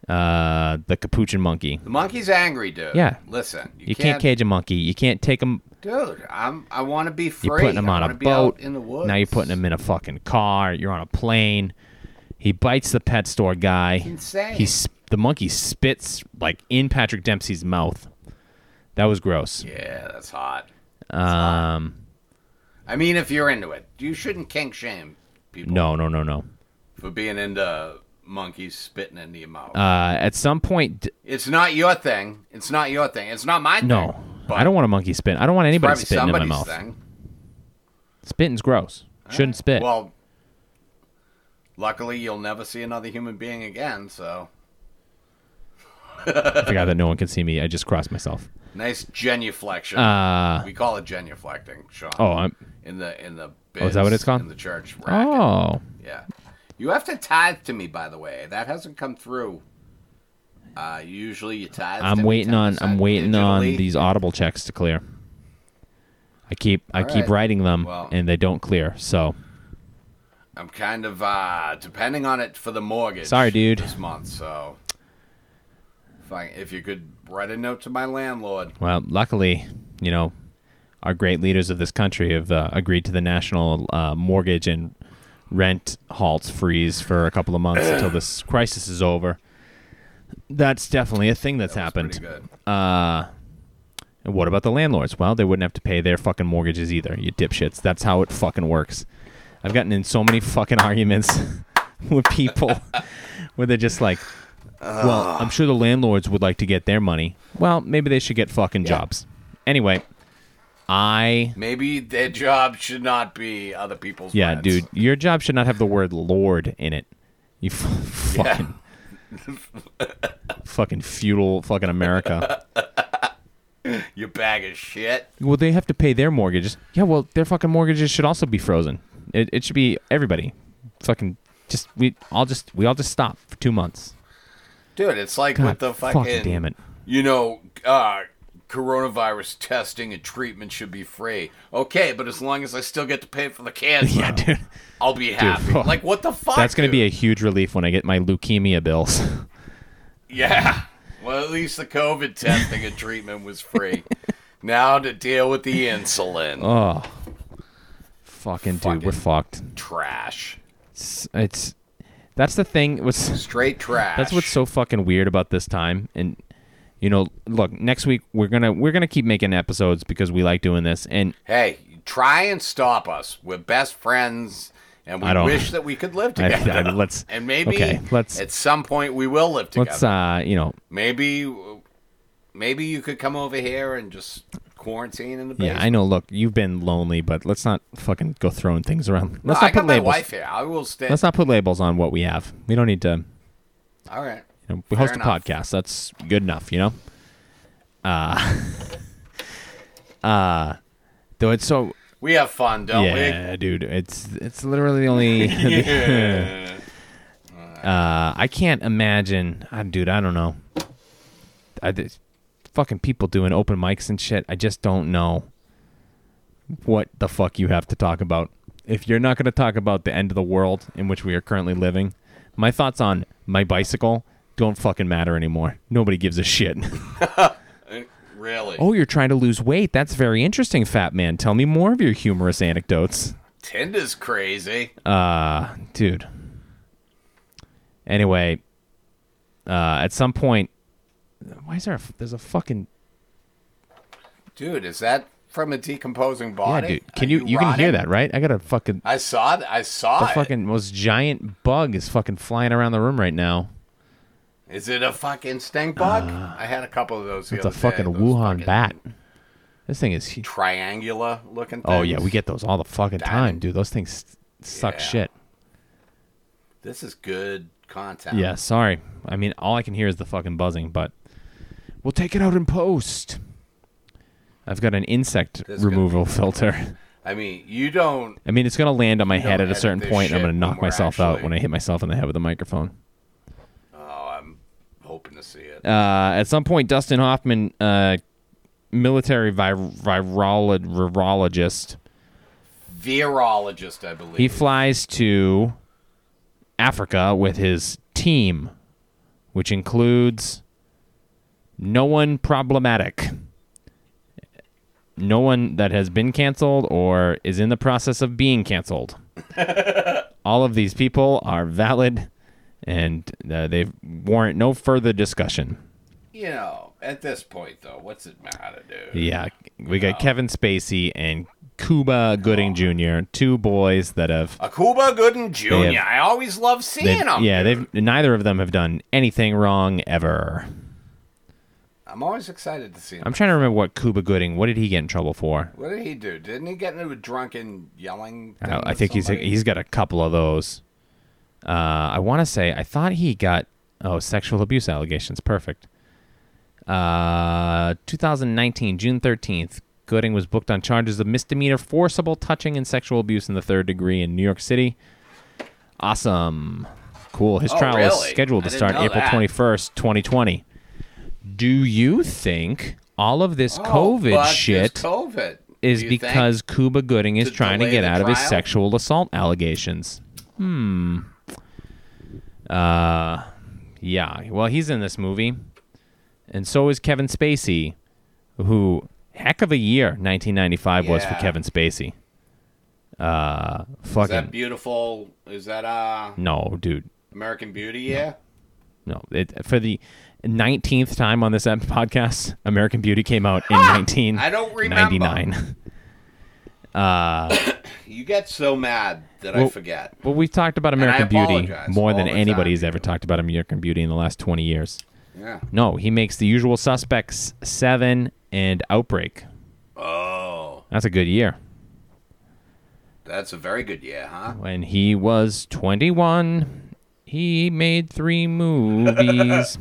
uh, the capuchin monkey. the monkey's angry, dude. Yeah. Listen, you, You can't cage a monkey. You can't take him. Dude, I'm. I want to be free. You're putting him I on a wanna be out boat. in the woods. Now you're putting him in a fucking car. You're on a plane. He bites the pet store guy. insane. He s- the monkey spits like in Patrick Dempsey's mouth. That was gross. Yeah, that's hot. um, I mean, if you're into it, you shouldn't kink shame people no, no, no, no. for being into monkeys spitting into your mouth. Uh, at some point, d- it's not your thing. It's not your thing. It's not my no. thing. I don't want a monkey spit. I don't want anybody probably spitting in my somebody's mouth. thing. Spitting's gross. Shouldn't spit. Well, luckily you'll never see another human being again. So I forgot that no one can see me. I just crossed myself. nice genuflection. Uh, we call it genuflecting, Sean. oh, I'm, in the in the Oh, is that what biz, it's called? in the church? racket. oh, Yeah. You have to tithe to me, by the way. That hasn't come through. Uh, usually you tithe. to I'm me waiting on. 10% I'm waiting on digitally. these audible checks to clear. I keep I All keep right. writing them Well- and they don't clear. So I'm kind of uh, depending on it for the mortgage. Sorry, dude. This month, so if I, if you could write a note to my landlord, well, luckily, you know, our great leaders of this country have uh, agreed to the national uh, mortgage and rent halts freeze for a couple of months until this crisis is over. That's definitely a thing that's that was happened. Pretty good. And what about the landlords? Well, they wouldn't have to pay their fucking mortgages either, you dipshits. That's how it fucking works. I've gotten in so many fucking arguments with people where they're just like, well, I'm sure the landlords would like to get their money. Well, maybe they should get fucking jobs. Anyway, I. Maybe their job should not be other people's. Yeah, rents. dude, your job should not have the word Lord in it. You f- fucking. fucking feudal fucking America. you bag of shit. Well, they have to pay their mortgages. Yeah, well, their fucking mortgages should also be frozen. It, it should be everybody. Fucking just we all just we all just stop for two months. Dude, it's like God, with the fuck, fucking damn it. You know, uh, coronavirus testing and treatment should be free. Okay, but as long as I still get to pay for the cancer, Yeah, dude. I'll be happy. fuck. like what the fuck? That's gonna be dude? a huge relief when I get my leukemia bills. yeah. Well, at least the COVID testing and treatment was free. now to deal with the insulin oh, fucking dude, we're Fucking- fucked. trash, It's, it's that's the thing. Was straight trash. That's what's so fucking weird about this time. And you know, look, next week we're gonna we're gonna keep making episodes because we like doing this. And Hey, try and stop us. We're best friends, and I we don't- wish that we could live I, together. I- let's and maybe okay, let's at some point we will live together. let's uh you know Maybe, maybe you could come over here and just quarantine in the Yeah, basement. I know. Look, you've been lonely, but let's not fucking go throwing things around. No, Let's I not put got my labels. wife here. I will stay. Let's not put labels on what we have. We don't need to. All right. You know, we Fair host a enough. podcast. That's good enough. You know. Uh, uh, uh, though it's so. We have fun, don't yeah, dude. It's it's literally the only. we? Yeah. uh, I can't imagine. Uh, dude, I don't know. I, th- fucking people doing open mics and shit. I just don't know what the fuck you have to talk about. If you're not going to talk about the end of the world in which we are currently living, my thoughts on my bicycle don't fucking matter anymore. Nobody gives a shit. really? oh, you're trying to lose weight. That's very interesting, fat man. Tell me more of your humorous anecdotes. Tinder's crazy. Uh, dude. Anyway, uh, at some point, why is there a f- there's a fucking Dude, is that from a decomposing yeah, body? dude? Are Can you you, can hear rotting? that right? I got a fucking I saw that. I the saw it. fucking most giant bug is fucking flying around the room right now. Is it a fucking stink bug? I had a couple of those the Uh, It's a other day, fucking those Wuhan fucking bat. This thing is. hu- Triangular looking. Things. Oh yeah, we get those all the fucking time, Diamond. dude. Those things suck Yeah. shit. This is good content. Yeah, sorry. I mean, all I can hear is the fucking buzzing, but we'll take it out in post. I've got an insect This is gonna removal filter. I mean, you don't. I mean, it's gonna land on my head don't at a edit certain this point. And I'm shit gonna when knock we're myself out actually- when I hit myself in the head with a microphone. hoping to see it. Uh, at some point, Dustin Hoffman, uh, military vi- virolo- virologist, Virologist, I believe. he flies to Africa with his team, which includes no one problematic, no one that has been canceled or is in the process of being canceled. All of these people are valid, and uh, they warrant no further discussion. you know, at this point though, what's it matter, dude? Yeah, we got Kevin Spacey and Cuba Gooding Jr., two boys that have. Akuba Gooden Jr. They have- I always love they've- seeing him. yeah, dude. they've neither of them have done anything wrong ever. I'm always excited to see him. I'm trying to remember what Cuba Gooding. What did he get in trouble for? What did he do? Didn't he get into a drunken yelling? I, thing don't- I with think he's somebody? he's got a couple of those. Uh, I want to say I thought he got oh sexual abuse allegations. Perfect. Uh, 2019 June 13th. Gooding was booked on charges of misdemeanor forcible touching and sexual abuse in the third degree in New York City. Awesome. Cool. His Oh, trial is really? scheduled to I didn't start know April that. 21st, 2020. Do you think all of this Oh, but COVID this shit COVID is do you think? because Cuba Gooding is To trying to delay get the out of his trial? sexual assault allegations. Hmm. Uh, yeah. Well, he's in this movie, and so is Kevin Spacey, who heck of a year 1995 was for Yeah. Kevin Spacey. Uh, is that fucking beautiful? Is that uh no, dude. American Beauty? Yeah. No, it, for the 19th time on this ep- podcast, American Beauty came out in 1999. I don't remember. You get so mad that Well, I forget. Well, we've talked about American I Beauty apologize more all than the anybody's time. ever talked about American Beauty in the last 20 years. Yeah. No, he makes The Usual Suspects 7 and Outbreak. Oh, That's a good year. that's a very good yeah, huh? When he was 21, he made three movies.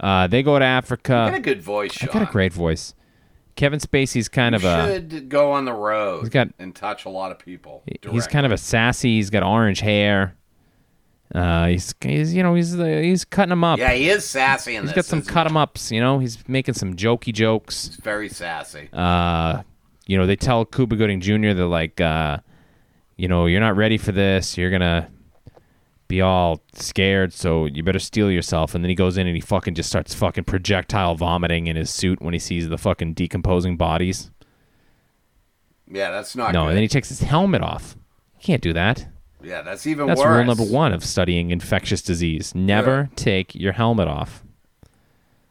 uh, they go to You got a Africa. good voice, Sean. Got a great voice. Kevin Spacey's kind of a. should go on the road He's got- and touch a lot of people. He's kind of a sassy. He's got orange hair. Uh, he's, he's you know he's the, he's cutting them up. Yeah, he is sassy in He's this. got some isn't he? cut 'em ups, you know. He's making some jokey jokes. He's very sassy. Uh, you know, they tell Cuba Gooding Jr. They're like, uh, you know, you're not ready for this. You're gonna be all scared, so you better steel yourself. And then he goes in and he fucking just starts fucking projectile vomiting in his suit when he sees the fucking decomposing bodies. yeah, that's not. No, good. and then he takes his helmet off. You can't do that. yeah, that's even That's worse. rule number one of studying infectious disease. Never take your helmet off.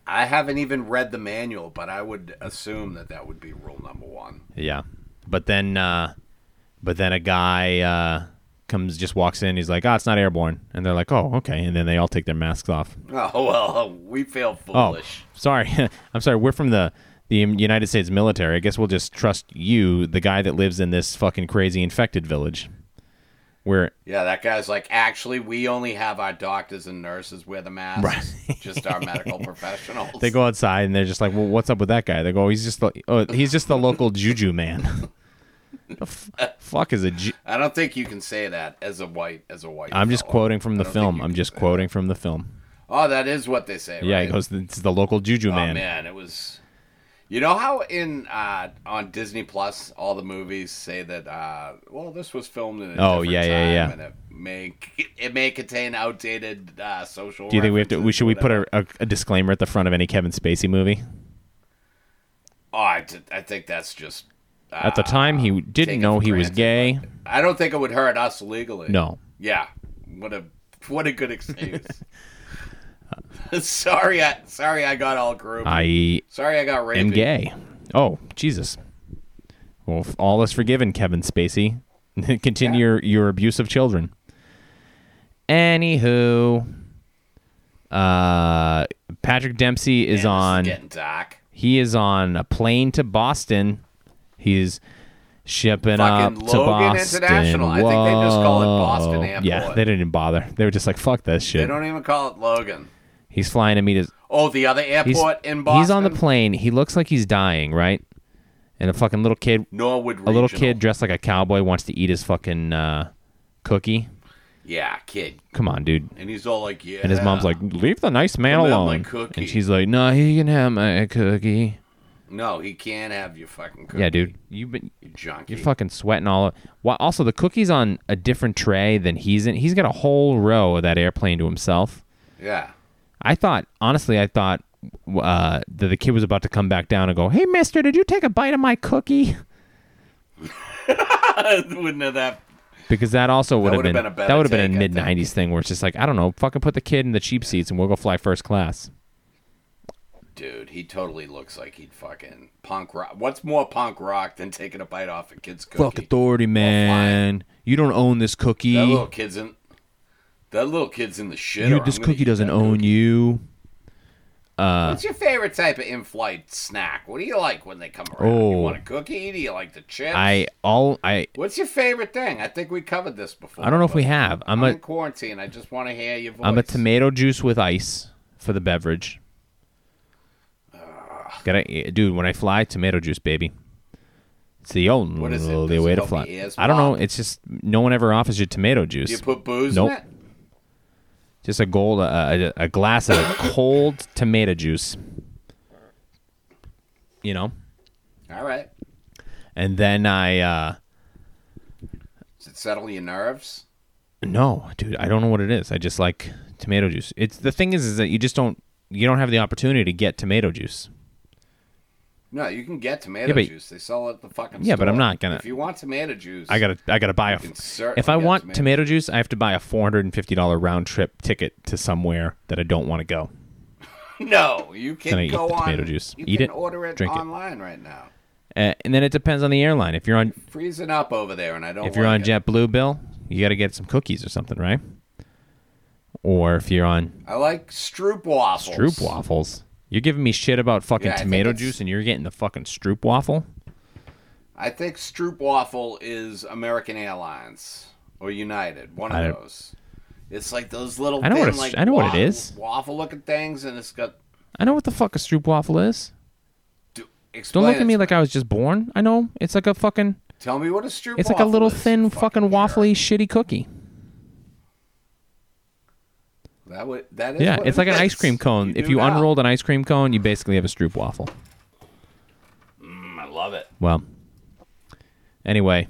I haven't even read the manual, but I would assume that that would be rule number one. Yeah. But then uh but then a guy uh comes just walks in, he's like, "Oh, it's not airborne." And they're like, "Oh, okay." And then they all take their masks off. Oh well, we feel Oh, foolish. sorry. I'm sorry. We're from the the United States military. I guess we'll just trust you, the guy that lives in this fucking crazy infected village. Where Yeah, that guy's like, actually, we only have our doctors and nurses wear the masks, just our medical professionals. they go outside and they're just like, "Well, what's up with that guy?" They go, "He's just the oh, he's just the local juju man." the f- fuck is a ju- I don't think you can say that as a white as a white. I'm just fellow. quoting from the don't think film. you I'm can just say quoting from the film. Oh, that is what they say. Yeah, right? he goes, "It's the local juju Oh man." man. it was. You know how in uh, on Disney Plus, all the movies say that. Uh, well, this was filmed in. A Oh, different yeah, time yeah, yeah. And it may it may contain outdated uh, social. Do you think we have to? We references, should we put whatever. a, a, a disclaimer at the front of any Kevin Spacey movie? Oh, I, d- I think that's just. Uh, At the time, he take didn't it know for he was granted, gay. I don't think it would hurt us legally. No, Yeah. What a what a good excuse. sorry, I sorry I got all grouped. I sorry I got am raped. gay. Oh Jesus! Well, f- all is forgiven, Kevin Spacey. Continue your, your abuse of children. Anywho, uh, Patrick Dempsey is Man, this on. getting dark. He is on a plane to Boston. He's shipping Fucking up to Logan Boston. International. I think they just call it Boston Whoa. Airport. Yeah, they didn't bother. They were just like, "Fuck this They shit." don't even call it Logan. He's flying to meet his. Oh, the other He's, airport in Boston. he's on the plane. He looks like he's dying, right? And a fucking little kid, Norwood. a little Regional. kid dressed like a cowboy, wants to eat his fucking uh, cookie. Yeah, kid. Come on, dude. And he's all like, yeah. And his mom's like, leave the nice man Come have my alone. cookie. And she's like, no, he can have my cookie. no, he can't have your fucking cookie. Yeah, dude. You've been You junkie. you're fucking sweating all. o- Why, also, the cookie's on a different tray than he's in. He's got a whole row of that airplane to himself. yeah. I thought, honestly, I thought uh, that the kid was about to come back down and go, "Hey, Mister, did you take a bite of my cookie?" Wouldn't have that. Because that also would have would've been, been a better that would have been take, a I mid think. '90s thing where it's just like, I don't know, fucking put the kid in the cheap seats and we'll go fly first class. Dude, he totally looks like he'd fucking punk rock. What's more punk rock than taking a bite off a kid's cookie? Fuck authority, man. You don't own this cookie. That little kid's in. That little kid's in the shit. You, this cookie doesn't own uh, you. What's your favorite type of in-flight snack? What do you like when they come around? You Oh. want a cookie? Do you like the chips? I all I What's your favorite thing? I think we covered this before. I don't know if but we have. I'm I'm a in quarantine. I just want to hear your voice. I'm a tomato juice with ice for the beverage. Gotta, eh, dude, when I fly, tomato juice, baby. It's the only What is it? Does way it to help fly. me as I don't know. well? It's just no one ever offers you tomato Do you juice. put booze Nope. in it? just a gold, a, a, a glass of cold tomato juice. You know, All right. and then I. uh Does it settle your nerves? No, dude, I don't know what it is. I just like tomato juice. It's the thing is, is that you just don't you don't have the opportunity to get tomato juice. No, you can get tomato Yeah, but- juice. They sell it at the fucking Yeah, but I'm store. not gonna- If you want tomato juice, I gotta I gotta buy a. can certainly If I get want tomato. tomato juice, I have to buy a four hundred and fifty dollar round trip ticket to somewhere that I don't want to go. No, you can Then I eat go the tomato on- juice. You Eat can it, order it drink it. online right now. Uh, and then it depends on the airline. If you're on Freezing up over there, and I don't. if you're like on it. JetBlue, Bill, you gotta get some cookies or something, right? Or if you're on I like Stroop waffles. Stroop waffles, you're giving me shit about fucking Yeah, I think tomato it's- juice, and you're getting the fucking Stroop waffle. I think Stroop waffle is American Airlines or United, one of I- those. It's like those little. I know what thin, a- like, I know what it wa- is. Waffle-looking things, and it's got. I know what the fuck a Stroop waffle is. Do, Don't explain look at it me to like I was just born. I know it's like a fucking, Tell me what a Stroop. it's like a waffle little is, you thin fucking jerk. waffly shitty cookie. That would that is. Yeah, what it's it like an ice is. cream cone. if do you now. unrolled an ice cream cone, you basically have a Stroop waffle. Mm, I love it. Well, anyway,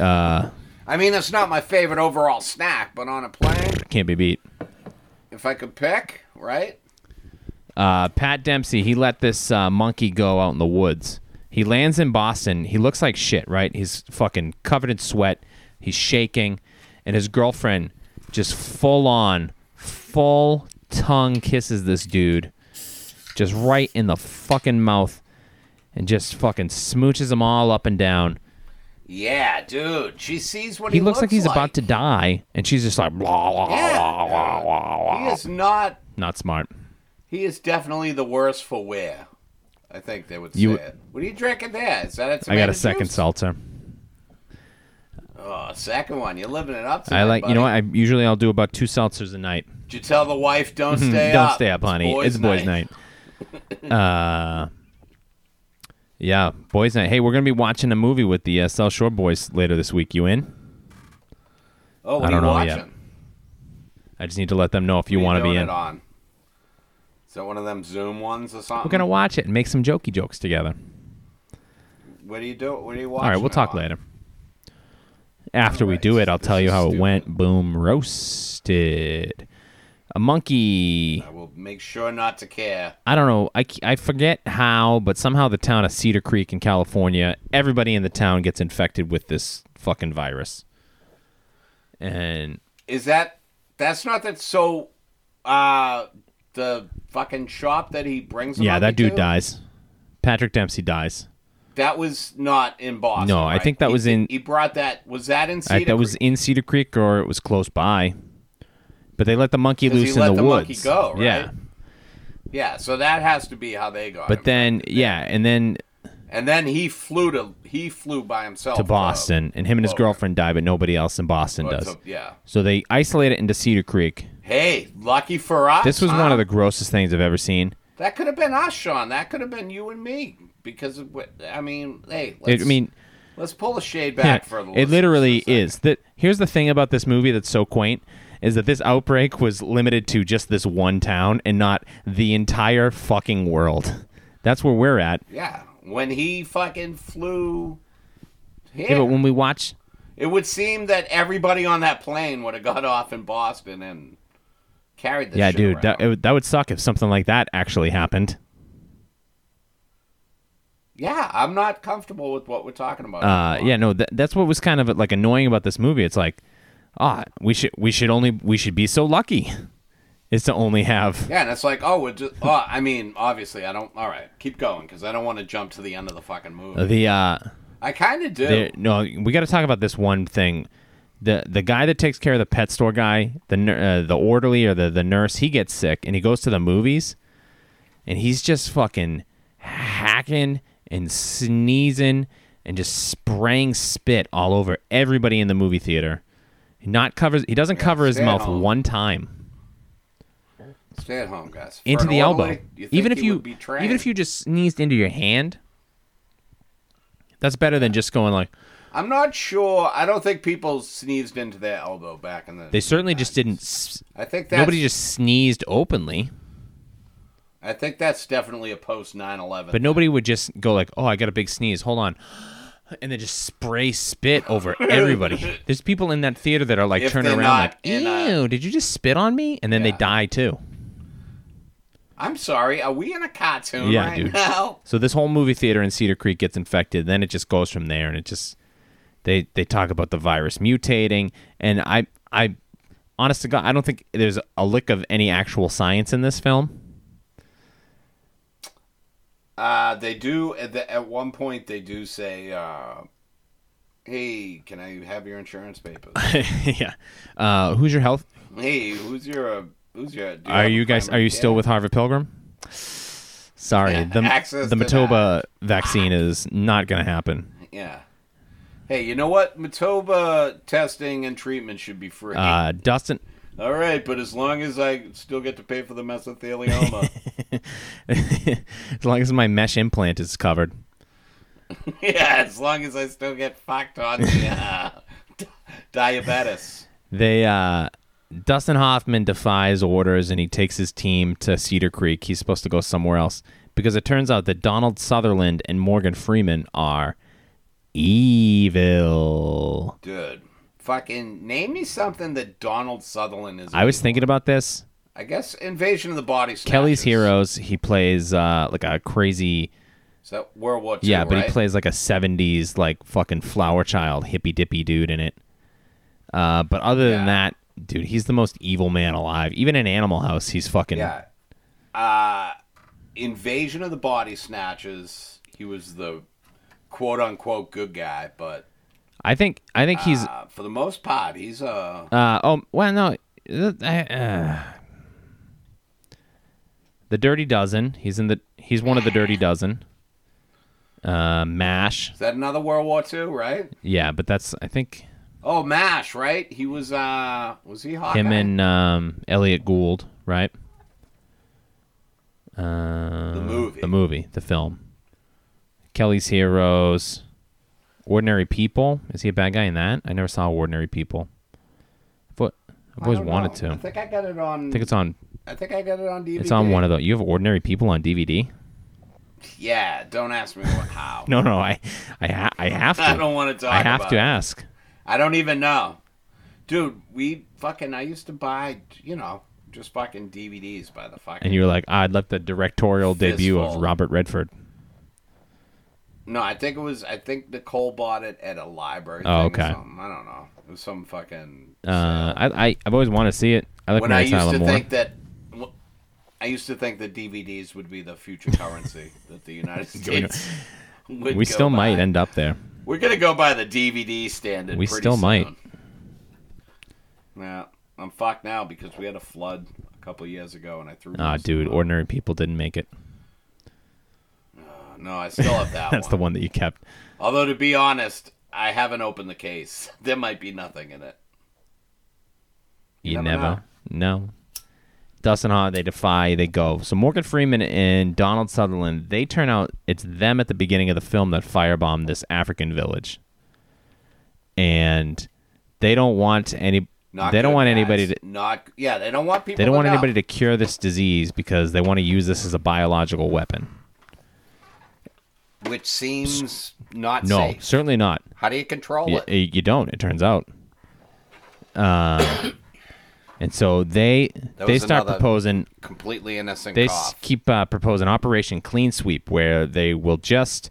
I mean, it's not my favorite overall snack, but on a plane, can't be beat. if I could pick, right? Uh, Pat Dempsey, he let this uh, monkey go out in the woods. He lands in Boston. He looks like shit, right? He's fucking covered in sweat. He's shaking. And his girlfriend just full on, full tongue kisses this dude. Just right in the fucking mouth. And just fucking smooches him all up and down. Yeah, dude. She sees what He, he, looks, like he's about to die. And she's just like, blah, blah, blah, blah, blah. Yeah. He is not. Not smart. He is definitely the worst for wear. I think they would say You- it. What are you drinking there? Is that a I tomato got a second juice? seltzer. Oh, second one. You're living it up. I tonight, like, you know what? buddy. I usually I'll do about two seltzers a night. Did you tell the wife don't stay Don't up? stay up, honey. It's boys, night. uh, yeah, boys night. Hey, we're gonna be watching a movie with the uh, South Shore Boys later this week. You in? Oh, what I don't are you know watching? yet. I just need to let them know if you want to be in. It on? Is that one of them Zoom ones or something? We're gonna watch it and make some jokey jokes together. What do you do? What do you watch? All right, we'll talk later. After we do it, I'll This tell you is how it stupid. went. Boom, roasted. A monkey. I will make sure not to care. I don't know. I, c- I forget how, but somehow the town of Cedar Creek in California, everybody in the town gets infected with this fucking virus. And Is that? That's not that. So, uh, the fucking shop that he brings. the yeah, that monkey dude to? dies. Patrick Dempsey dies. That was not in Boston. No, I right? think that He- was in- He brought that. Was that in? I- Cedar that was Creek? in Cedar Creek or it was close by. But they let the monkey 'Cause he loose in let the, the woods. monkey go, right? Yeah. Yeah, so that has to be how they got. But him. then yeah, and then and then he flew to he flew by himself to Boston and him and his uh, Well, girlfriend die, but nobody else in Boston But does. so- yeah. So they isolate it into Cedar Creek. Hey, lucky for us. This was huh? one of the grossest things I've ever seen. That could have been us, Sean. That could have been you and me. Because of what I mean, hey, It, let's, I mean, let's pull the shade back Yeah, for the. it listeners literally for a second. is that Here's the thing about this movie that's so quaint is that this outbreak was limited to just this one town and not the entire fucking world. That's where we're at. Yeah, when he fucking flew here, Yeah, but when we watch it would seem that everybody on that plane would have got off in Boston and carried the Yeah, shit dude, around. that, it, would- that would suck if something like that actually happened. yeah, I'm not comfortable with what we're talking about. Uh, yeah, no, that, that's what was kind of like annoying about this movie. It's like, ah, we should we should only we should be so lucky, is to only have. Yeah, and it's like, oh, we're just. Oh, I mean, obviously, I don't. All right, keep going because I don't want to jump to the end of the fucking movie. The uh, I kind of do. the, no, we got to talk about this one thing. The the guy that takes care of the pet store guy, the nur- uh, the orderly or the the nurse, he gets sick and he goes to the movies, and he's just fucking hacking and sneezing and just spraying spit all over everybody in the movie theater. He not covers. He doesn't cover his stay at mouth home. one time Stay at home, guys. For into an the orderly, elbow. do think even if he you would be trained? even if you just sneezed into your hand, that's better than just going like. I'm not sure. I don't think people sneezed into their elbow back in the. They certainly just didn't. s- I think that's, Nobody just sneezed openly, I think that's definitely a post 9/11. but nobody would just go like, "Oh, I got a big sneeze. Hold on." And then just spray spit over everybody. There's people in that theater that are like If turning they're around like, not in a- "Ew, did you just spit on me?" And then they Yeah. die too. I'm sorry. Are we in a cartoon Yeah, right dude. now? So this whole movie theater in Cedar Creek gets infected. Then it just goes from there, and it just they they talk about the virus mutating. And I I honest to God, I don't think there's a lick of any actual science in this film. Uh, they do at, the, at one point. They do say, uh, "Hey, can I have your insurance papers? yeah. Uh, who's your health? hey, who's your uh, who's your? do are have a you guys are primary you still care?" with Harvard Pilgrim? Sorry, the Access the denied. Matoba vaccine is not going to happen. Yeah. Hey, you know what? Matoba testing and treatment should be free. Uh, Dustin, All right, but as long as I still get to pay for the mesothelioma. as long as my mesh implant is covered. yeah, as long as I still get fucked on the uh, di- diabetes. They uh Dustin Hoffman defies orders and he takes his team to Cedar Creek. He's supposed to go somewhere else because it turns out that Donald Sutherland and Morgan Freeman are evil. Dude, fucking name me something that Donald Sutherland is. I was thinking about this. I guess Invasion of the Body Snatchers. Kelly's Heroes, he plays uh like a crazy So World War II, Yeah, but right? he plays like a 70s like fucking flower child hippy dippy dude in it. Uh but other than that, dude, he's the most evil man alive. Even in Animal House, he's fucking Yeah. Uh, Invasion of the Body Snatchers. He was the quote unquote good guy, but I think I think he's uh, for the most part, he's uh Uh, oh, well, no. th- I- uh, the Dirty Dozen. He's in the. He's one of the Dirty Dozen. Uh, Mash. Is that another World War II, right? Yeah, but that's I think Oh, Mash, right? He was uh was he Hawkeye? him and um, Elliot Gould, right? Uh, the movie. The movie. The film. Kelly's Heroes. Ordinary People. Is he a bad guy in that? I never saw Ordinary People. But I've I always don't wanted know. to. I think I got it on. I think it's on I think I got it on DVD. It's on one of the. You have Ordinary People on DVD? Yeah, don't ask me what, how. No, no, I, I, ha- I have to. I don't want to talk. I have about to it. ask. I don't even know, dude. We fucking. I used to buy, you know, just fucking DVDs by the fucking. And you're like, "Ah, I'd like the directorial debut of Fistful. Robert Redford. No, I think it was. I think Nicole bought it at a library. Oh, thing or okay. something. I don't know. It was some fucking. Uh, I, I, I've always wanted to see it. I like when I Mary used Tyler to Moore. think that. I used to think that DVDs would be the future currency that the United States. would we go still might by. end up there. We're gonna go by the DVD standard. We pretty still soon. might. Yeah, I'm fucked now because we had a flood a couple years ago, and I threw. Ah, most of dude, them. Ordinary People didn't make it. No, I still have that. That's one. the one that you kept. Although to be honest, I haven't opened the case. There might be nothing in it. You, never never. No. Dustin Hoffman, they defy, they go. So Morgan Freeman and Donald Sutherland, they turn out it's them at the beginning of the film that firebomb this African village. And They don't want any. Not they don't good, want anybody guys. to. Not yeah. They don't want people. They don't to want know. anybody to cure this disease because they want to use this as a biological weapon. Which seems not No, safe. certainly not. How do you control Y- it? y- you don't. It turns out. Uh, and so they That they was start another- proposing Completely innocent they s- cough. keep uh, proposing Operation Clean Sweep, where they will just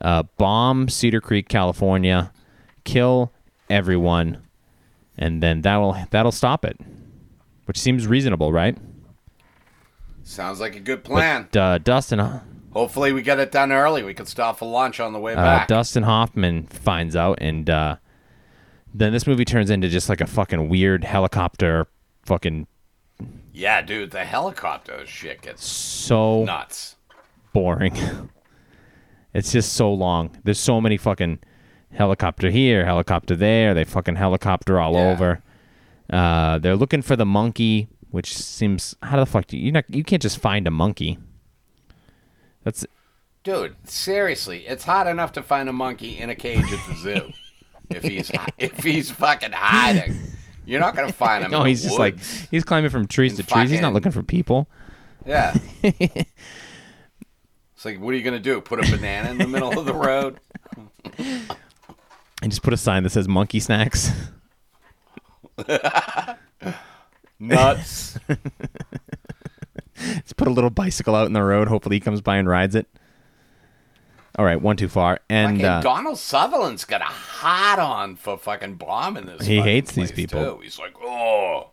uh, bomb Cedar Creek, California, kill everyone, and then that'll that'll stop it, which seems reasonable, right? Sounds like a good plan. Uh, Dustin uh, Hopefully, we get it done early. We could stop for lunch on the way uh, back. Dustin Hoffman finds out, and uh, then this movie turns into just like a fucking weird helicopter, fucking Yeah, dude, the helicopter shit gets so nuts. boring. it's just so long. There's so many fucking helicopter here, helicopter there. They fucking helicopter all Yeah. over. Uh, they're looking for the monkey, which seems how the fuck do you you're not you can't just find a monkey. That's Dude, seriously, it's hot enough to find a monkey in a cage at the zoo. if he's if he's fucking hiding, you're not gonna find him. no, in the oh, he's just like woods. he's climbing from trees to And trees. He's not fucking- looking for people. yeah. it's like, what are you gonna do? Put a banana in the middle of the road? And just put a sign that says monkey snacks. Nuts. just put a little bicycle out in the road. Hopefully he comes by and rides it. All right, one too far. And Fucking uh, Donald Sutherland's got a hot on for fucking bombing this. He fucking hates these place, people. Too. He's like, oh,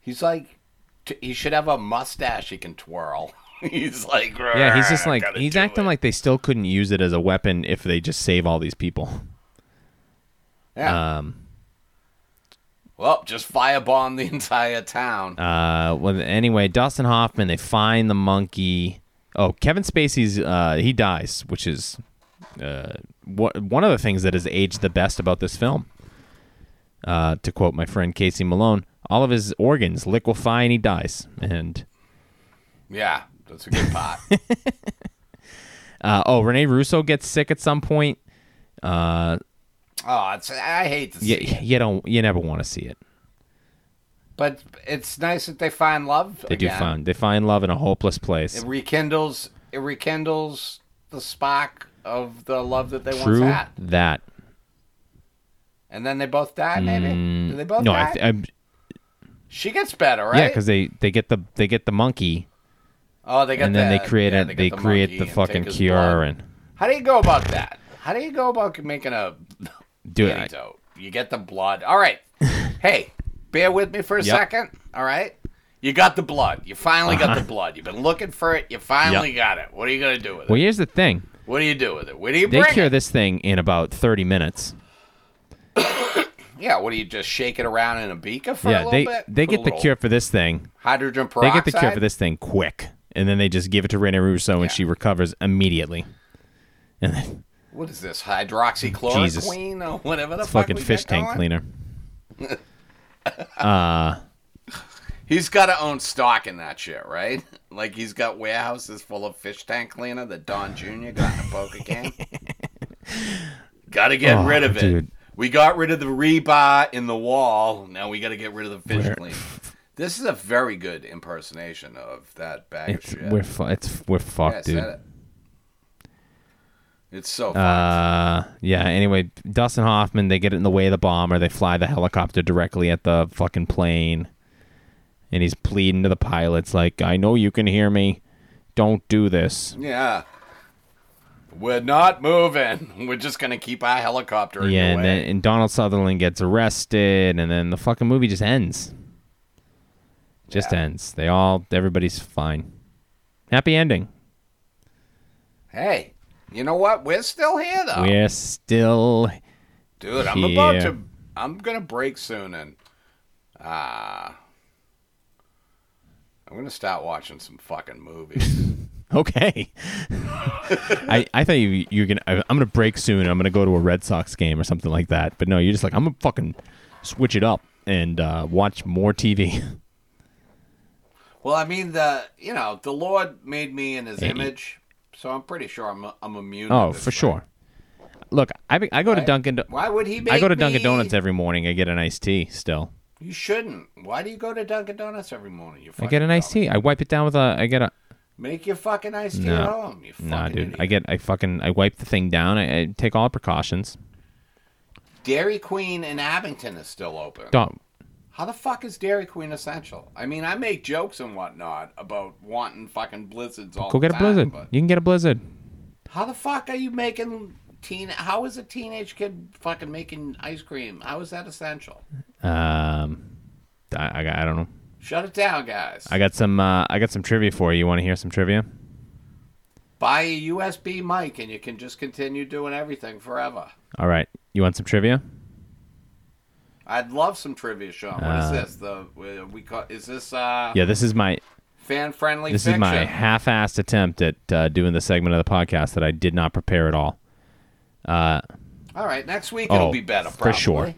he's like, t- he should have a mustache he can twirl. he's like, Yeah, he's just "Rrr, like gotta he's do acting it." like they still couldn't use it as a weapon if they just save all these people. Yeah. Um, well, just firebomb the entire town. uh, well, anyway, Dustin Hoffman, they find the monkey. Oh, Kevin Spacey's uh, he dies, which is uh, wha- one of the things that has aged the best about this film. Uh, to quote my friend Casey Malone, all of his organs liquefy and he dies. And yeah, that's a good pot. uh, oh, Rene Russo gets sick at some point. Uh, oh, it's, I hate to you, see, it, you don't, you never want to see it. but it's nice that they find love. They do find they find love in a hopeless place. it rekindles. It rekindles the spark of the love that they once True had. that. And then they both die, maybe? Do they both Mm, No, die? I, th- I'm, she gets better, right? yeah, because they they get the they get the monkey oh, they got and then the- they create yeah, it. got they create monkey the and fucking take his cure blood. and How do you go about that? How do you go about making a do it. antidote? You get the blood. All right. hey, bear with me for a Yep. second. All right. You got the blood. You finally got Uh-huh. the blood. You've been looking for it. You finally got it. What are you gonna do with it? Well, here's the thing. what do you do with it? What do you They bring? cure it? this thing in about 30 minutes. Yeah. What do you just shake it around in a beaker for a yeah, little they bit? they Put a get the little cure for this thing. Hydrogen They peroxide. get the cure for this thing quick, and then they just give it to Rene Russo, and Yeah. she recovers immediately. And then What is this? Hydroxychloroquine Jesus. or whatever the it's fuck fucking we got fish tank going? cleaner. He's got to own stock in that shit, right? Like he's got warehouses full of fish tank cleaner that Don Jr. got in a poker game. got to get Oh, rid of it. dude. We got rid of the rebar in the wall. Now we got to get rid of the fish cleaner. This is a very good impersonation of that bag of It's shit. we're fu- it's we're Yeah, I fucked, said dude. it. It's so Uh, yeah. Anyway, Dustin Hoffman, they get in the way of the bomber. They fly the helicopter directly at the fucking plane, and he's pleading to the pilots like, "I know you can hear me. Don't do this." Yeah. We're not moving. We're just gonna keep our helicopter. yeah, Yeah, and, then, and Donald Sutherland gets arrested, and then the fucking movie just ends. Just Yeah. ends. They all, everybody's fine. Happy ending. hey, you know what? We're still here though. We're still Dude, I'm about Yeah. to. I'm gonna break soon, and uh, I'm gonna start watching some fucking movies. Okay. I, I thought you you're gonna I- I'm gonna break soon. I'm gonna go to a Red Sox game or something like that. But no, you're just like I'm gonna fucking switch it up and uh, watch more TV. well, I mean the you know the Lord made me in His image, so I'm pretty sure I'm I'm immune. to oh, this for thing. sure. Look, I I go to Dunkin' Do- Why would he make I go to Dunkin' me- Donuts every morning. I get an iced tea still. You shouldn't. Why do you go to Dunkin' Donuts every morning? You I get an iced tea. I wipe it down with a I get a Make your fucking iced tea No. at home. You fucking Nah, dude. Idiot. I get I fucking I wipe the thing down. I, I take all precautions. Dairy Queen in Abington is still open. Don't How the fuck is Dairy Queen essential? I mean, I make jokes and whatnot about wanting fucking blizzards all go the get a time, blizzard. but You can get a blizzard. how the fuck are you making teen? How is a teenage kid fucking making ice cream? How is that essential? Um, I, I, got- I don't know. Shut it down, guys. I got some uh, I got some trivia for you. You want to hear some trivia? Buy a USB mic and you can just continue doing everything forever. All right. You want some trivia? I'd love some trivia, Sean. What is this? The uh, we call is this uh, Yeah. This is my fan friendly? this fiction? is my half-assed attempt at uh, doing the segment of the podcast that I did not prepare at all. All right, next week oh, it'll be better. for Probably. sure.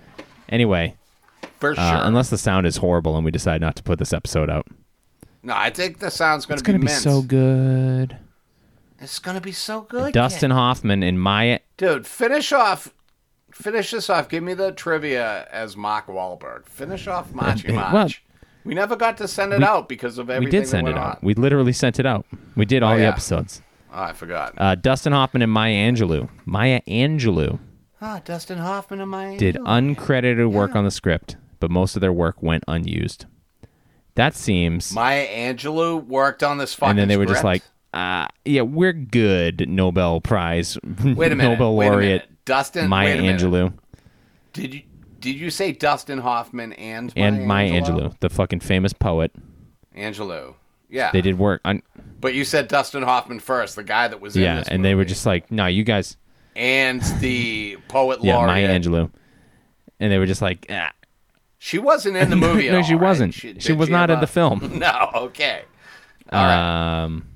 Anyway, For sure. uh, unless the sound is horrible and we decide not to put this episode out, no, I think the sound's going it's to be, gonna be mint. so good. It's going to be so good. Dustin kid. Hoffman and Maya Dude, finish off. Finish this off. Give me the trivia as Mark Wahlberg. Finish off Machi well- Mach. we never got to send it out because of We everything did that send it went out. on. We literally sent it out. We did all the yeah. episodes. Oh, I forgot. Uh, Dustin Hoffman and Maya Angelou. Maya Angelou Ah, Dustin Hoffman and my did angel. uncredited work on the script, but most of their work went unused. That seems. Maya Angelou worked on this fucking and then they were just script? like, uh, yeah, we're good. Nobel Prize. Wait a minute. Nobel wait a minute. laureate Dustin Maya wait a minute. Angelou Did you did you say Dustin Hoffman and and Maya Maya Angelou? Angelou, the fucking famous poet. Angelou. Yeah. They did work on. But you said Dustin Hoffman first, the guy that was in Yeah, this and they were movie. just like, no, you guys. and the poet Yeah, laureate. Maya Angelou. And they were just like, ah, She wasn't in the movie. at no, all, she right? wasn't. did She was not in ever- the film. No, okay. All right. Um,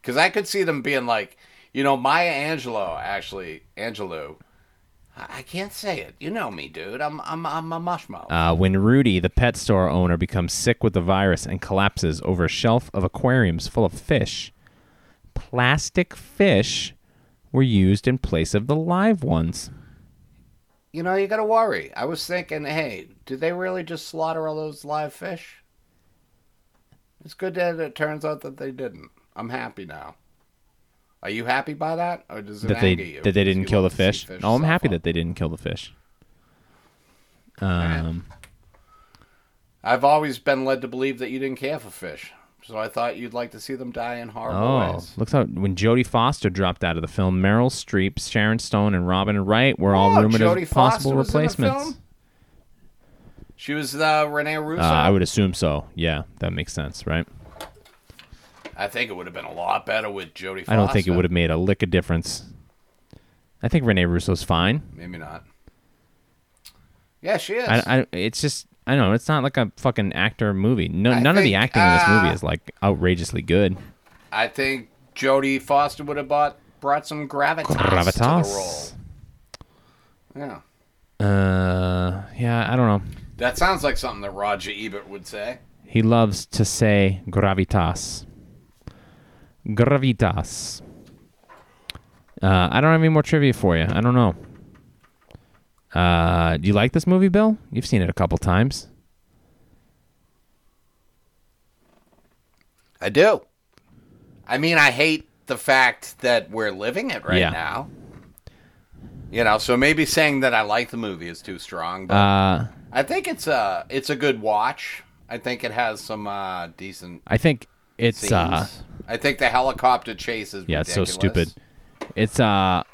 Because I could see them being like, you know, Maya Angelou actually, Angelou. I I can't say it. You know me, dude. I'm I'm I'm a mushmouth. uh, when Rudy, the pet store owner, becomes sick with the virus and collapses over a shelf of aquariums full of fish, plastic fish were used in place of the live ones. you know, you gotta worry. I was thinking, hey, did they really just slaughter all those live fish? It's good that it turns out that they didn't. I'm happy now. Are you happy by that, or does it That they anger you? that they because didn't you kill the love to see fish. oh, I'm suffer? happy that they didn't kill the fish. Um, I've always been led to believe that you didn't care for fish, so I thought you'd like to see them die in horrible oh, ways. looks out when Jodie Foster dropped out of the film. Meryl Streep, Sharon Stone, and Robin Wright were all Oh, rumored Jodie as possible Foster was in the replacements. film? She was uh, Renee Russo. Uh, I I, would assume so. Yeah, that makes sense, right? think it would have been a lot better with Jodie. Foster. I don't think it would have made a lick of difference. I think Rene Russo's fine. Maybe not. Yeah, she is. I, I, it's just I don't know. It's not like a fucking actor movie. No, I none of the think, acting in this uh, movie is like outrageously good. I think Jodie Foster would have bought, brought some gravitas, to the role. Gravitas. Yeah, Uh, yeah, I don't know. that sounds like something that Roger Ebert would say. He loves to say gravitas. Gravitas. Uh, I don't have any more trivia for you. I don't know. Uh, do you like this movie, Bill? You've seen it a couple times. I do. I mean, I hate the fact that we're living it right Yeah. now. You know, so maybe saying that I like the movie is too strong, but Uh, I think it's a it's a good watch. I think it has some uh, decent I think it's scenes. uh I think the helicopter chase is yeah, it's so ridiculous. stupid. It's uh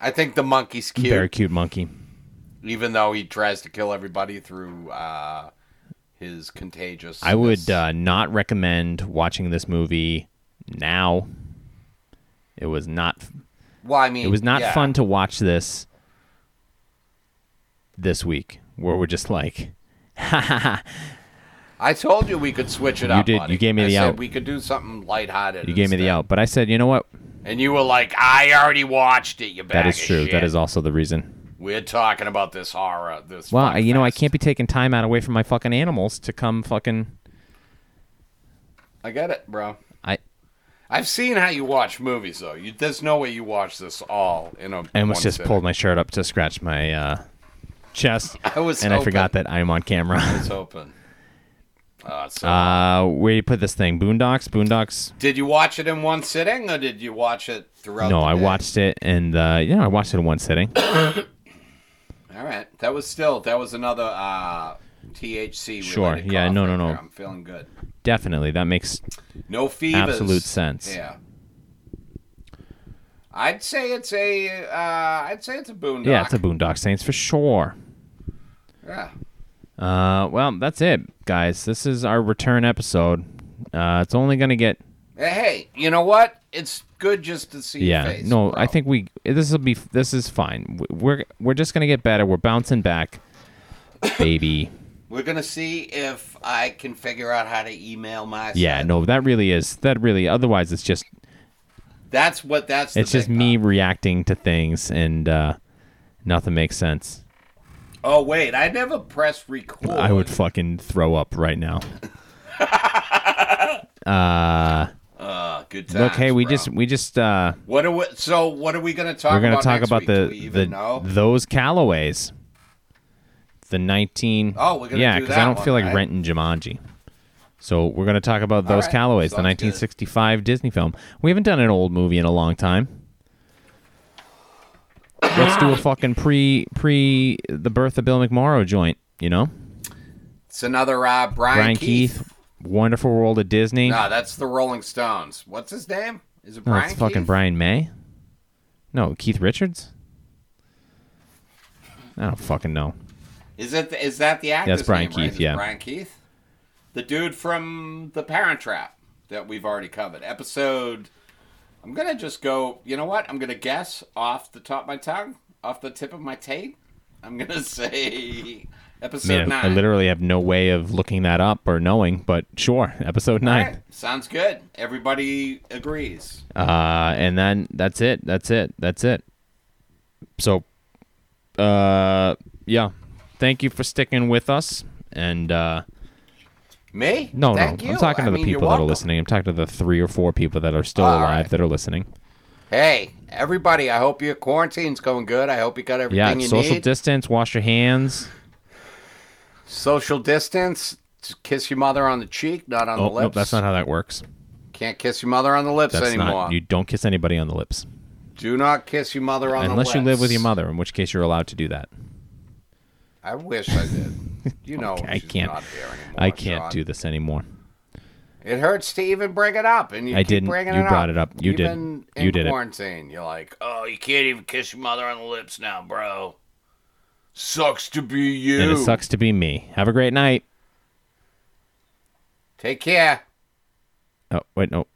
I think the monkey's cute. very cute monkey. even though he tries to kill everybody through uh, his contagious. I would uh, not recommend watching this movie now. It was not well, I mean, it was not yeah. fun to watch this this week where we're just like I told you we could switch it up. did- buddy. you gave me I the said out. We could do something lighthearted. you gave me the instead. out, but I said, "You know what? and you were like, "I already watched it." You bag That is of true. shit. That is also the reason." We're talking about this horror. This. Well, fuck I- you know, I fest. can't be taking time out away from my fucking animals to come fucking I get it, bro. I I've seen how you watch movies, though. You, there's no way you watch this all in a. I almost one just sitting. pulled my shirt up to scratch my uh, chest, I was and I forgot hoping- that I'm on camera. It's open. Uh, so, Uh, where you put this thing? Boondocks. Boondocks. did you watch it in one sitting, or did you watch it throughout? No, the I day? watched it, and uh, yeah, I watched it in one sitting. All right, that was still that was another uh, THC. Sure, yeah, no, no, no. I'm feeling good. Definitely, that makes No fevers. absolute sense. Yeah. I'd say it's a. Uh, I'd say it's a boondock. Yeah, it's a Boondock Saints for sure. Yeah. Uh, well, that's it, guys. This is our return episode. Uh, it's only gonna get Eh, Hey, you know what? It's good just to see. yeah. Your face, no, bro. I think we this will be this is fine. W- We're we're just gonna get better. We're bouncing back, baby. we're gonna see if I can figure out how to email my. Yeah, side. no, that really is that really. Otherwise, it's just That's what. That's. the it's just big me part. reacting to things and uh, nothing makes sense. Oh wait, I never press record. I would fucking throw up right now. Uh, good times, Look, hey, we bro. just we just uh, What are we, so? What are we gonna talk? we're gonna about talk next about week? the Do we even the know? those Callaways, the nineteen. Oh, we're gonna yeah, do I that don't feel one, like right? renting Jumanji. So we're gonna talk about those right, Callaways, sounds the good. nineteen sixty five Disney film. We haven't done an old movie in a long time. Let's do a fucking pre pre the birth of Bill McMorrow joint. You know, It's another uh, Brian, Brian Keith. Keith, Wonderful World of Disney. No, that's the Rolling Stones. What's his name? Is it No, Brian? it's fucking Keith? Brian May. No, Keith Richards. I don't fucking know. Is it? Is that the actor? Brian name, right? Keith, Is it yeah. Brian Keith, the dude from The Parent Trap that we've already covered. Episode. I'm gonna just go. You know what? I'm gonna guess off the top of my tongue, off the tip of my tape. I'm gonna say episode Man, I nine. literally have no way of looking that up or knowing, but sure, episode All nine. right, sounds good. Everybody agrees. Uh, and then that's it. That's it. That's it. So, uh, yeah. Thank you for sticking with us. And uh, Me? no, Thank no, you. I'm talking I to the mean, you're people that are welcome. listening. I'm talking to the three or four people that are still All alive right. that are listening. Hey, everybody! I hope your quarantine's going good. I hope you got everything Yeah, you social need. distance. Wash your hands. social distance. Kiss your mother on the cheek, not on Oh, the lips. no, that's not how that works. Can't kiss your mother on the lips That's anymore. not. You don't kiss anybody on the lips, Do not kiss your mother on the lips. Oh unless you live with your mother, in which case you're allowed to do that. I wish I did. You know, I she's can't- Not there anymore, I can't Sean. do this anymore. It hurts to even bring it up, and you I keep didn't. Bringing You it brought up. it up. You did. even In You did it. quarantine, you're like, oh, you can't even kiss your mother on the lips now, bro. Sucks to be you. And it sucks to be me. Have a great night. Take care. Oh, wait, no.